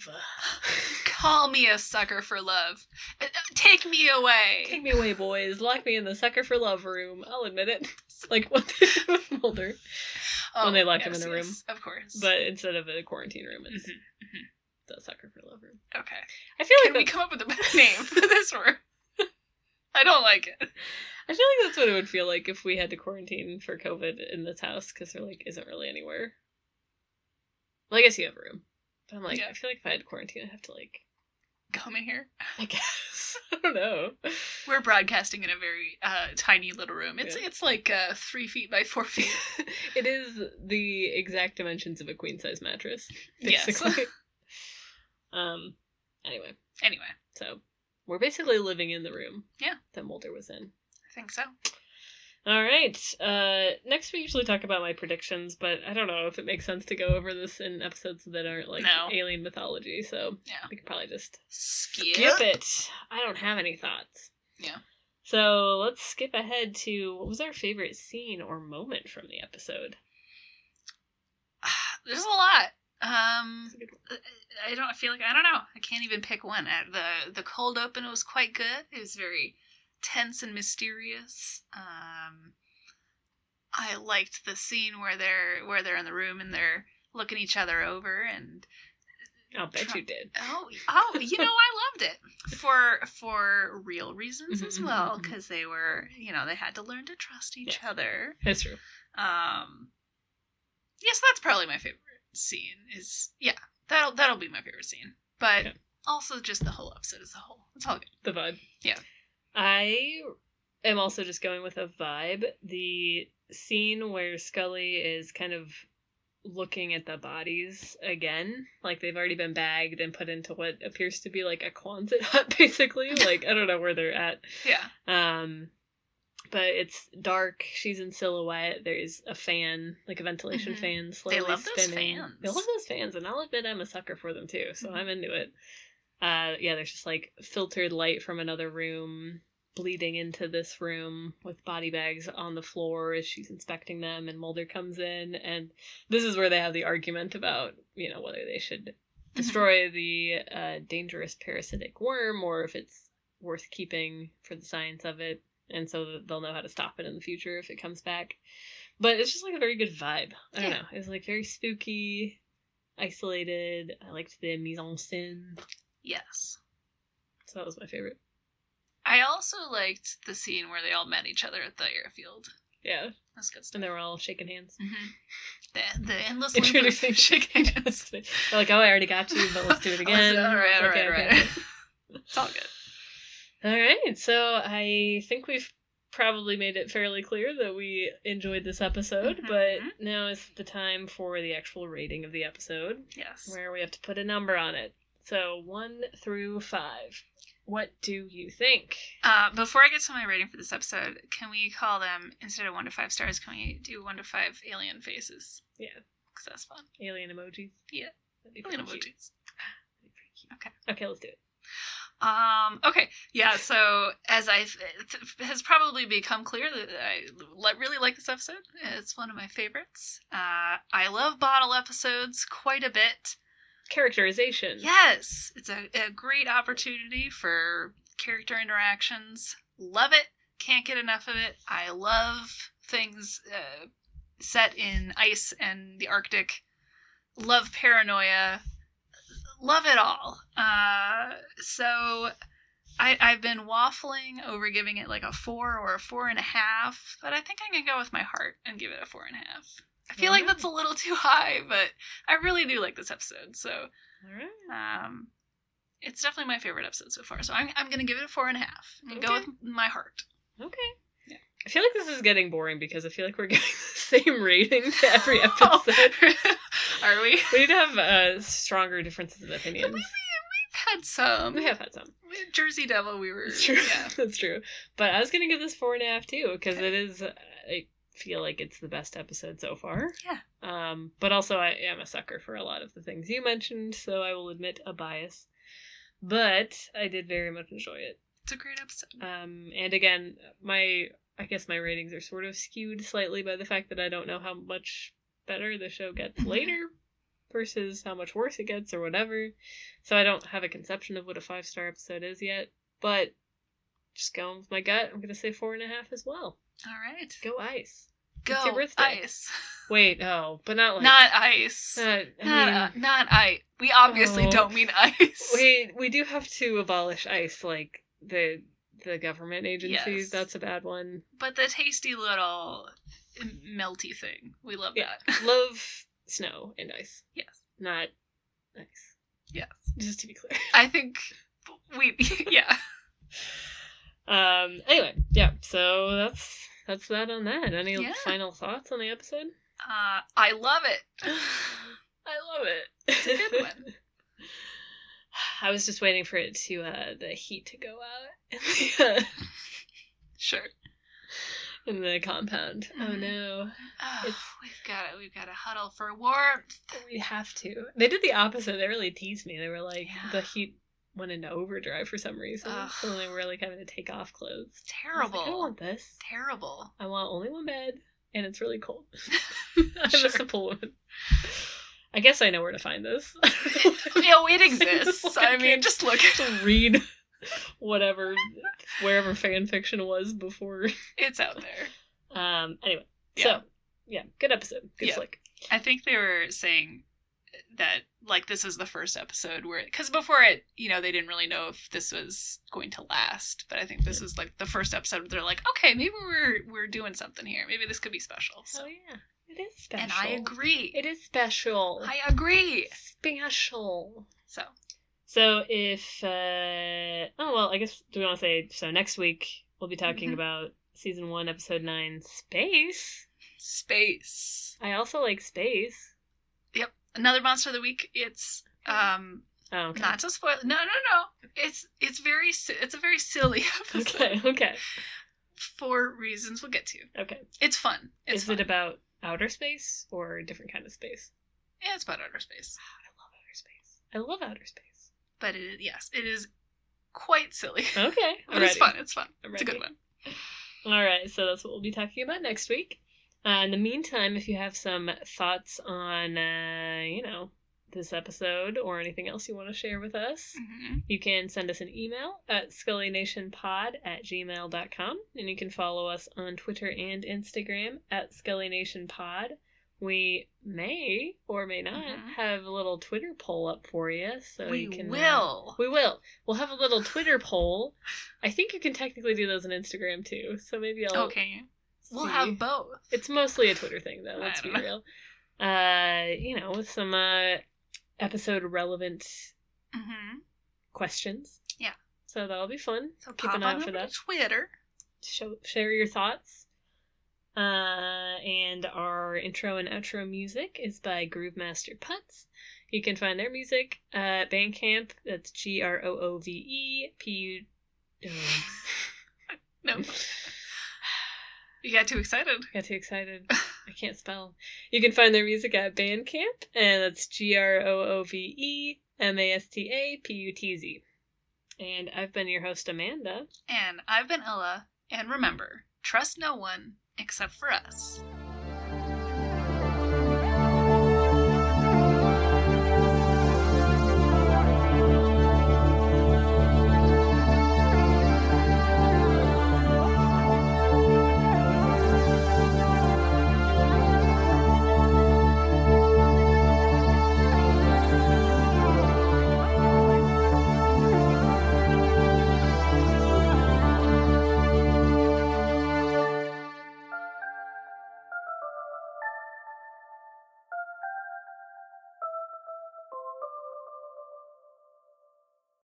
Speaker 2: Call me a sucker for love. Uh, Take me away.
Speaker 1: Take me away, boys. Lock me in the sucker for love room. I'll admit it. It's like what they did with Mulder,
Speaker 2: oh,
Speaker 1: when they locked him in the room.
Speaker 2: Of course.
Speaker 1: but instead of a quarantine room, it's
Speaker 2: Mhm, mhm.
Speaker 1: the sucker for love room.
Speaker 2: okay.
Speaker 1: I feel like
Speaker 2: Can we
Speaker 1: that-
Speaker 2: come up with a better name for this word? I don't like it.
Speaker 1: I feel like that's what it would feel like if we had to quarantine for COVID in this house because there like isn't really anywhere. Well, I guess you have a room, but I'm like,
Speaker 2: Yeah.
Speaker 1: I feel like if I had to quarantine, I'd have to like,
Speaker 2: Come in here.
Speaker 1: I guess I don't know.
Speaker 2: We're broadcasting in a very uh, tiny little room. It's
Speaker 1: Yeah.
Speaker 2: it's like uh, three feet by four feet.
Speaker 1: it is the exact dimensions of a queen size mattress,
Speaker 2: Yes.
Speaker 1: basically. um. Anyway,
Speaker 2: Anyway,
Speaker 1: so we're basically living in the room.
Speaker 2: Yeah.
Speaker 1: That Mulder was in.
Speaker 2: I think so.
Speaker 1: All right. Uh, next, we usually talk about my predictions, but I don't know if it makes sense to go over this in episodes that aren't like
Speaker 2: No.
Speaker 1: alien mythology. So
Speaker 2: Yeah.
Speaker 1: we could probably just
Speaker 2: Skip.
Speaker 1: skip it. I don't have any thoughts.
Speaker 2: Yeah.
Speaker 1: So let's skip ahead to what was our favorite scene or moment from the episode.
Speaker 2: There's a lot. Um,
Speaker 1: That's a good one.
Speaker 2: I don't I feel like I don't know. I can't even pick one. Uh, the The cold open was quite good. It was very tense and mysterious. Um, I liked the scene where they're where they're in the room and they're looking each other over and
Speaker 1: I'll bet
Speaker 2: Try-
Speaker 1: you did.
Speaker 2: oh oh you know I loved it for for real reasons as
Speaker 1: Mhm,
Speaker 2: well
Speaker 1: mhm, mhm.
Speaker 2: because they were you know they had to learn to trust each other.
Speaker 1: That's true.
Speaker 2: Um, yes, that's probably my favorite scene. Is yeah, that'll that'll be my favorite scene. But
Speaker 1: Okay.
Speaker 2: also just the whole episode as a whole. It's all good.
Speaker 1: The vibe.
Speaker 2: Yeah.
Speaker 1: I am also just going with a vibe. The scene where Scully is kind of looking at the bodies again, like they've already been bagged and put into what appears to be like a Quonset hut, basically. like I don't know where they're at.
Speaker 2: Yeah,
Speaker 1: Um, but it's dark. She's in silhouette. There's a fan, like a ventilation
Speaker 2: Mhm.
Speaker 1: fan, slowly
Speaker 2: love those
Speaker 1: spinning.
Speaker 2: fans.
Speaker 1: They love those fans, and I'll admit I'm a sucker for them too. So
Speaker 2: Mhm.
Speaker 1: I'm into it. Uh, yeah, there's just like filtered light from another room bleeding into this room with body bags on the floor as she's inspecting them and Mulder comes in and this is where they have the argument about, you know, whether they should
Speaker 2: Mm-hmm.
Speaker 1: destroy the uh, dangerous parasitic worm or if it's worth keeping for the science of it and so that they'll know how to stop it in the future if it comes back but it's just like a very good vibe i don't
Speaker 2: Yeah.
Speaker 1: know it's like very spooky isolated i liked the mise en scène
Speaker 2: yes.
Speaker 1: so that was my favorite
Speaker 2: I also liked the scene where they all met each other at the airfield.
Speaker 1: yeah
Speaker 2: That's good stuff.
Speaker 1: and they were all shaking hands
Speaker 2: hmm The, the endless loop of
Speaker 1: introducing shaking
Speaker 2: shaking
Speaker 1: hands
Speaker 2: hands.
Speaker 1: they're like oh i already got you but let's do it
Speaker 2: I was-
Speaker 1: again
Speaker 2: all right, all right,
Speaker 1: Okay,
Speaker 2: all
Speaker 1: okay,
Speaker 2: right.
Speaker 1: okay.
Speaker 2: it's all good.
Speaker 1: All right, so I think we've probably made it fairly clear that we enjoyed this episode,
Speaker 2: Mhm.
Speaker 1: but now is the time for the actual rating of the episode,
Speaker 2: Yes.
Speaker 1: where we have to put a number on it. So one through five. What do you think?
Speaker 2: Uh, before I get to my rating for this episode, can we call them instead of one to five stars? Can we do one to five alien faces?
Speaker 1: Yeah.
Speaker 2: because that's fun.
Speaker 1: Alien emojis.
Speaker 2: Yeah.
Speaker 1: That'd be
Speaker 2: Alien
Speaker 1: pretty cute.
Speaker 2: emojis.
Speaker 1: That'd be pretty cute.
Speaker 2: Okay.
Speaker 1: Okay, let's do it.
Speaker 2: Um. Okay. Yeah. So as I it has probably become clear that I li- really like this episode. It's one of my favorites. Uh, I love bottle episodes quite a bit.
Speaker 1: Characterization.
Speaker 2: Yes, it's a, a great opportunity for character interactions. Love it. Can't get enough of it. I love things uh, set in ice and the Arctic. Love paranoia. Love it all. Uh, so I, I've been waffling over giving it like a four or a four and a half, but I think I'm gonna go with my heart and give it a four and a half. I feel like
Speaker 1: Alright.
Speaker 2: that's a little too high, but I really do like this episode. So
Speaker 1: All right.
Speaker 2: um, it's definitely my favorite episode so far. So I'm, I'm gonna give it a four and a half. I'm gonna
Speaker 1: Okay.
Speaker 2: go with my heart.
Speaker 1: Okay.
Speaker 2: Yeah.
Speaker 1: I feel like this is getting boring because I feel like we're giving the same rating to every
Speaker 2: Oh,
Speaker 1: episode.
Speaker 2: Are we?
Speaker 1: we need to have uh, stronger differences of opinions.
Speaker 2: Had some.
Speaker 1: We have had some.
Speaker 2: Jersey Devil, we were.
Speaker 1: That's true.
Speaker 2: Yeah.
Speaker 1: That's true. But I was gonna give this four and a half too because it is. uh, I feel like it's the best episode so far.
Speaker 2: Yeah.
Speaker 1: Um, but also I am a sucker for a lot of the things you mentioned, so I will admit a bias. But I did very much enjoy it.
Speaker 2: It's a great episode.
Speaker 1: Um, and again, my I guess my ratings are sort of skewed slightly by the fact that I don't know how much better the show gets
Speaker 2: Mhm.
Speaker 1: later versus how much worse it gets or whatever. So I don't have a conception of what a five star episode is yet. But just going with my gut, I'm gonna say four and a half as well.
Speaker 2: All right.
Speaker 1: Go ice.
Speaker 2: Go.
Speaker 1: your birthday.
Speaker 2: Ice.
Speaker 1: Wait, oh, but not like
Speaker 2: not ice.
Speaker 1: uh, I
Speaker 2: not,
Speaker 1: mean,
Speaker 2: uh, not ice. We obviously
Speaker 1: Oh.
Speaker 2: don't mean ice.
Speaker 1: we we do have to abolish ice like the the government agencies.
Speaker 2: Yes.
Speaker 1: That's a bad one.
Speaker 2: But the tasty little melty thing. We love
Speaker 1: Yeah.
Speaker 2: that.
Speaker 1: Love snow and ice.
Speaker 2: yes.
Speaker 1: not nice.
Speaker 2: Yes.
Speaker 1: Just to be clear.
Speaker 2: I think we. Yeah.
Speaker 1: Um. Anyway, yeah. So that's that's that on that. Any
Speaker 2: Yeah.
Speaker 1: final thoughts on the episode?
Speaker 2: Uh, I love it.
Speaker 1: I love it.
Speaker 2: It's a good one.
Speaker 1: I was just waiting for it to uh the heat to go out in the, uh,
Speaker 2: Sure.
Speaker 1: in the compound. Oh
Speaker 2: Mhm.
Speaker 1: no,
Speaker 2: Oh,
Speaker 1: It's-
Speaker 2: we've got we've got to huddle for warmth.
Speaker 1: we have to. They did the opposite. They really teased me. They were like
Speaker 2: Yeah.
Speaker 1: the heat went into overdrive for some reason,
Speaker 2: Ugh.
Speaker 1: so they were like having to take off clothes. I was like,
Speaker 2: Terrible.
Speaker 1: I don't want this.
Speaker 2: Terrible.
Speaker 1: I want only one bed, and it's really cold. I'm
Speaker 2: Sure.
Speaker 1: a simple woman. I guess I know where to find this.
Speaker 2: No, it exists. I mean, just look.
Speaker 1: Just read whatever, wherever fan fiction was before.
Speaker 2: It's out there.
Speaker 1: Um. Anyway,
Speaker 2: Yeah.
Speaker 1: so yeah, good episode. Good
Speaker 2: Yeah.
Speaker 1: flick.
Speaker 2: I think they were saying that like this is the first episode where because before it, you know, they didn't really know if this was going to last. But I think this was like the first episode. Where they're like, okay, maybe we're we're doing something here. Maybe this could be special. So,
Speaker 1: Oh yeah, it is special.
Speaker 2: and I agree.
Speaker 1: It is special.
Speaker 2: I agree.
Speaker 1: special.
Speaker 2: So
Speaker 1: So if uh oh well, I guess do we want to say so next week we'll be talking
Speaker 2: Mhm.
Speaker 1: about season 1 episode 9 space.
Speaker 2: space.
Speaker 1: I also like space.
Speaker 2: Another monster of the week. It's um
Speaker 1: Oh, okay.
Speaker 2: not to spoil. No, no, no. It's it's very si- it's a very silly episode
Speaker 1: okay, okay.
Speaker 2: for reasons we'll get to.
Speaker 1: Okay.
Speaker 2: It's fun. It's
Speaker 1: Is
Speaker 2: fun.
Speaker 1: it about outer space or a different kind of space?
Speaker 2: yeah, it's about outer space.
Speaker 1: I love outer space. I love outer space.
Speaker 2: but it, yes, it is quite silly.
Speaker 1: Okay.
Speaker 2: but it's
Speaker 1: alrighty.
Speaker 2: fun. It's fun. It's a
Speaker 1: Alrighty.
Speaker 2: good one.
Speaker 1: All right, so that's what we'll be talking about next week. Uh, in the meantime, if you have some thoughts on, uh, you know, this episode or anything else you want to share with us, you can send us an email at scullynationpod at gmail.com. And you can follow us on Twitter and Instagram at scullynationpod. We may or may not
Speaker 2: Mhm.
Speaker 1: have a little Twitter poll up for you. So
Speaker 2: we
Speaker 1: you can, uh,
Speaker 2: will.
Speaker 1: we will. We'll have a little Twitter poll. I think you can technically do those on Instagram too. So maybe I'll.
Speaker 2: okay.
Speaker 1: see.
Speaker 2: We'll have both.
Speaker 1: It's mostly a Twitter thing though.
Speaker 2: I
Speaker 1: Let's be
Speaker 2: don't know.
Speaker 1: real. Uh, you know, with some uh, episode relevant
Speaker 2: hmm
Speaker 1: questions.
Speaker 2: Yeah.
Speaker 1: So that'll be fun.
Speaker 2: So
Speaker 1: Keep
Speaker 2: pop
Speaker 1: an
Speaker 2: on
Speaker 1: eye out
Speaker 2: over
Speaker 1: for that.
Speaker 2: to Twitter.
Speaker 1: Show, share your thoughts. Uh, and our intro and outro music is by Groovemaster Putz. You can find their music at Bandcamp. That's G R O O V E P U. Oh, Mm.
Speaker 2: No, you got too excited.
Speaker 1: Got too excited. I can't spell. You can find their music at Bandcamp, and that's G R O O V E M A S T A P U T Z. And I've been your host, Amanda.
Speaker 2: And I've been Ella. And remember, trust no one except for us.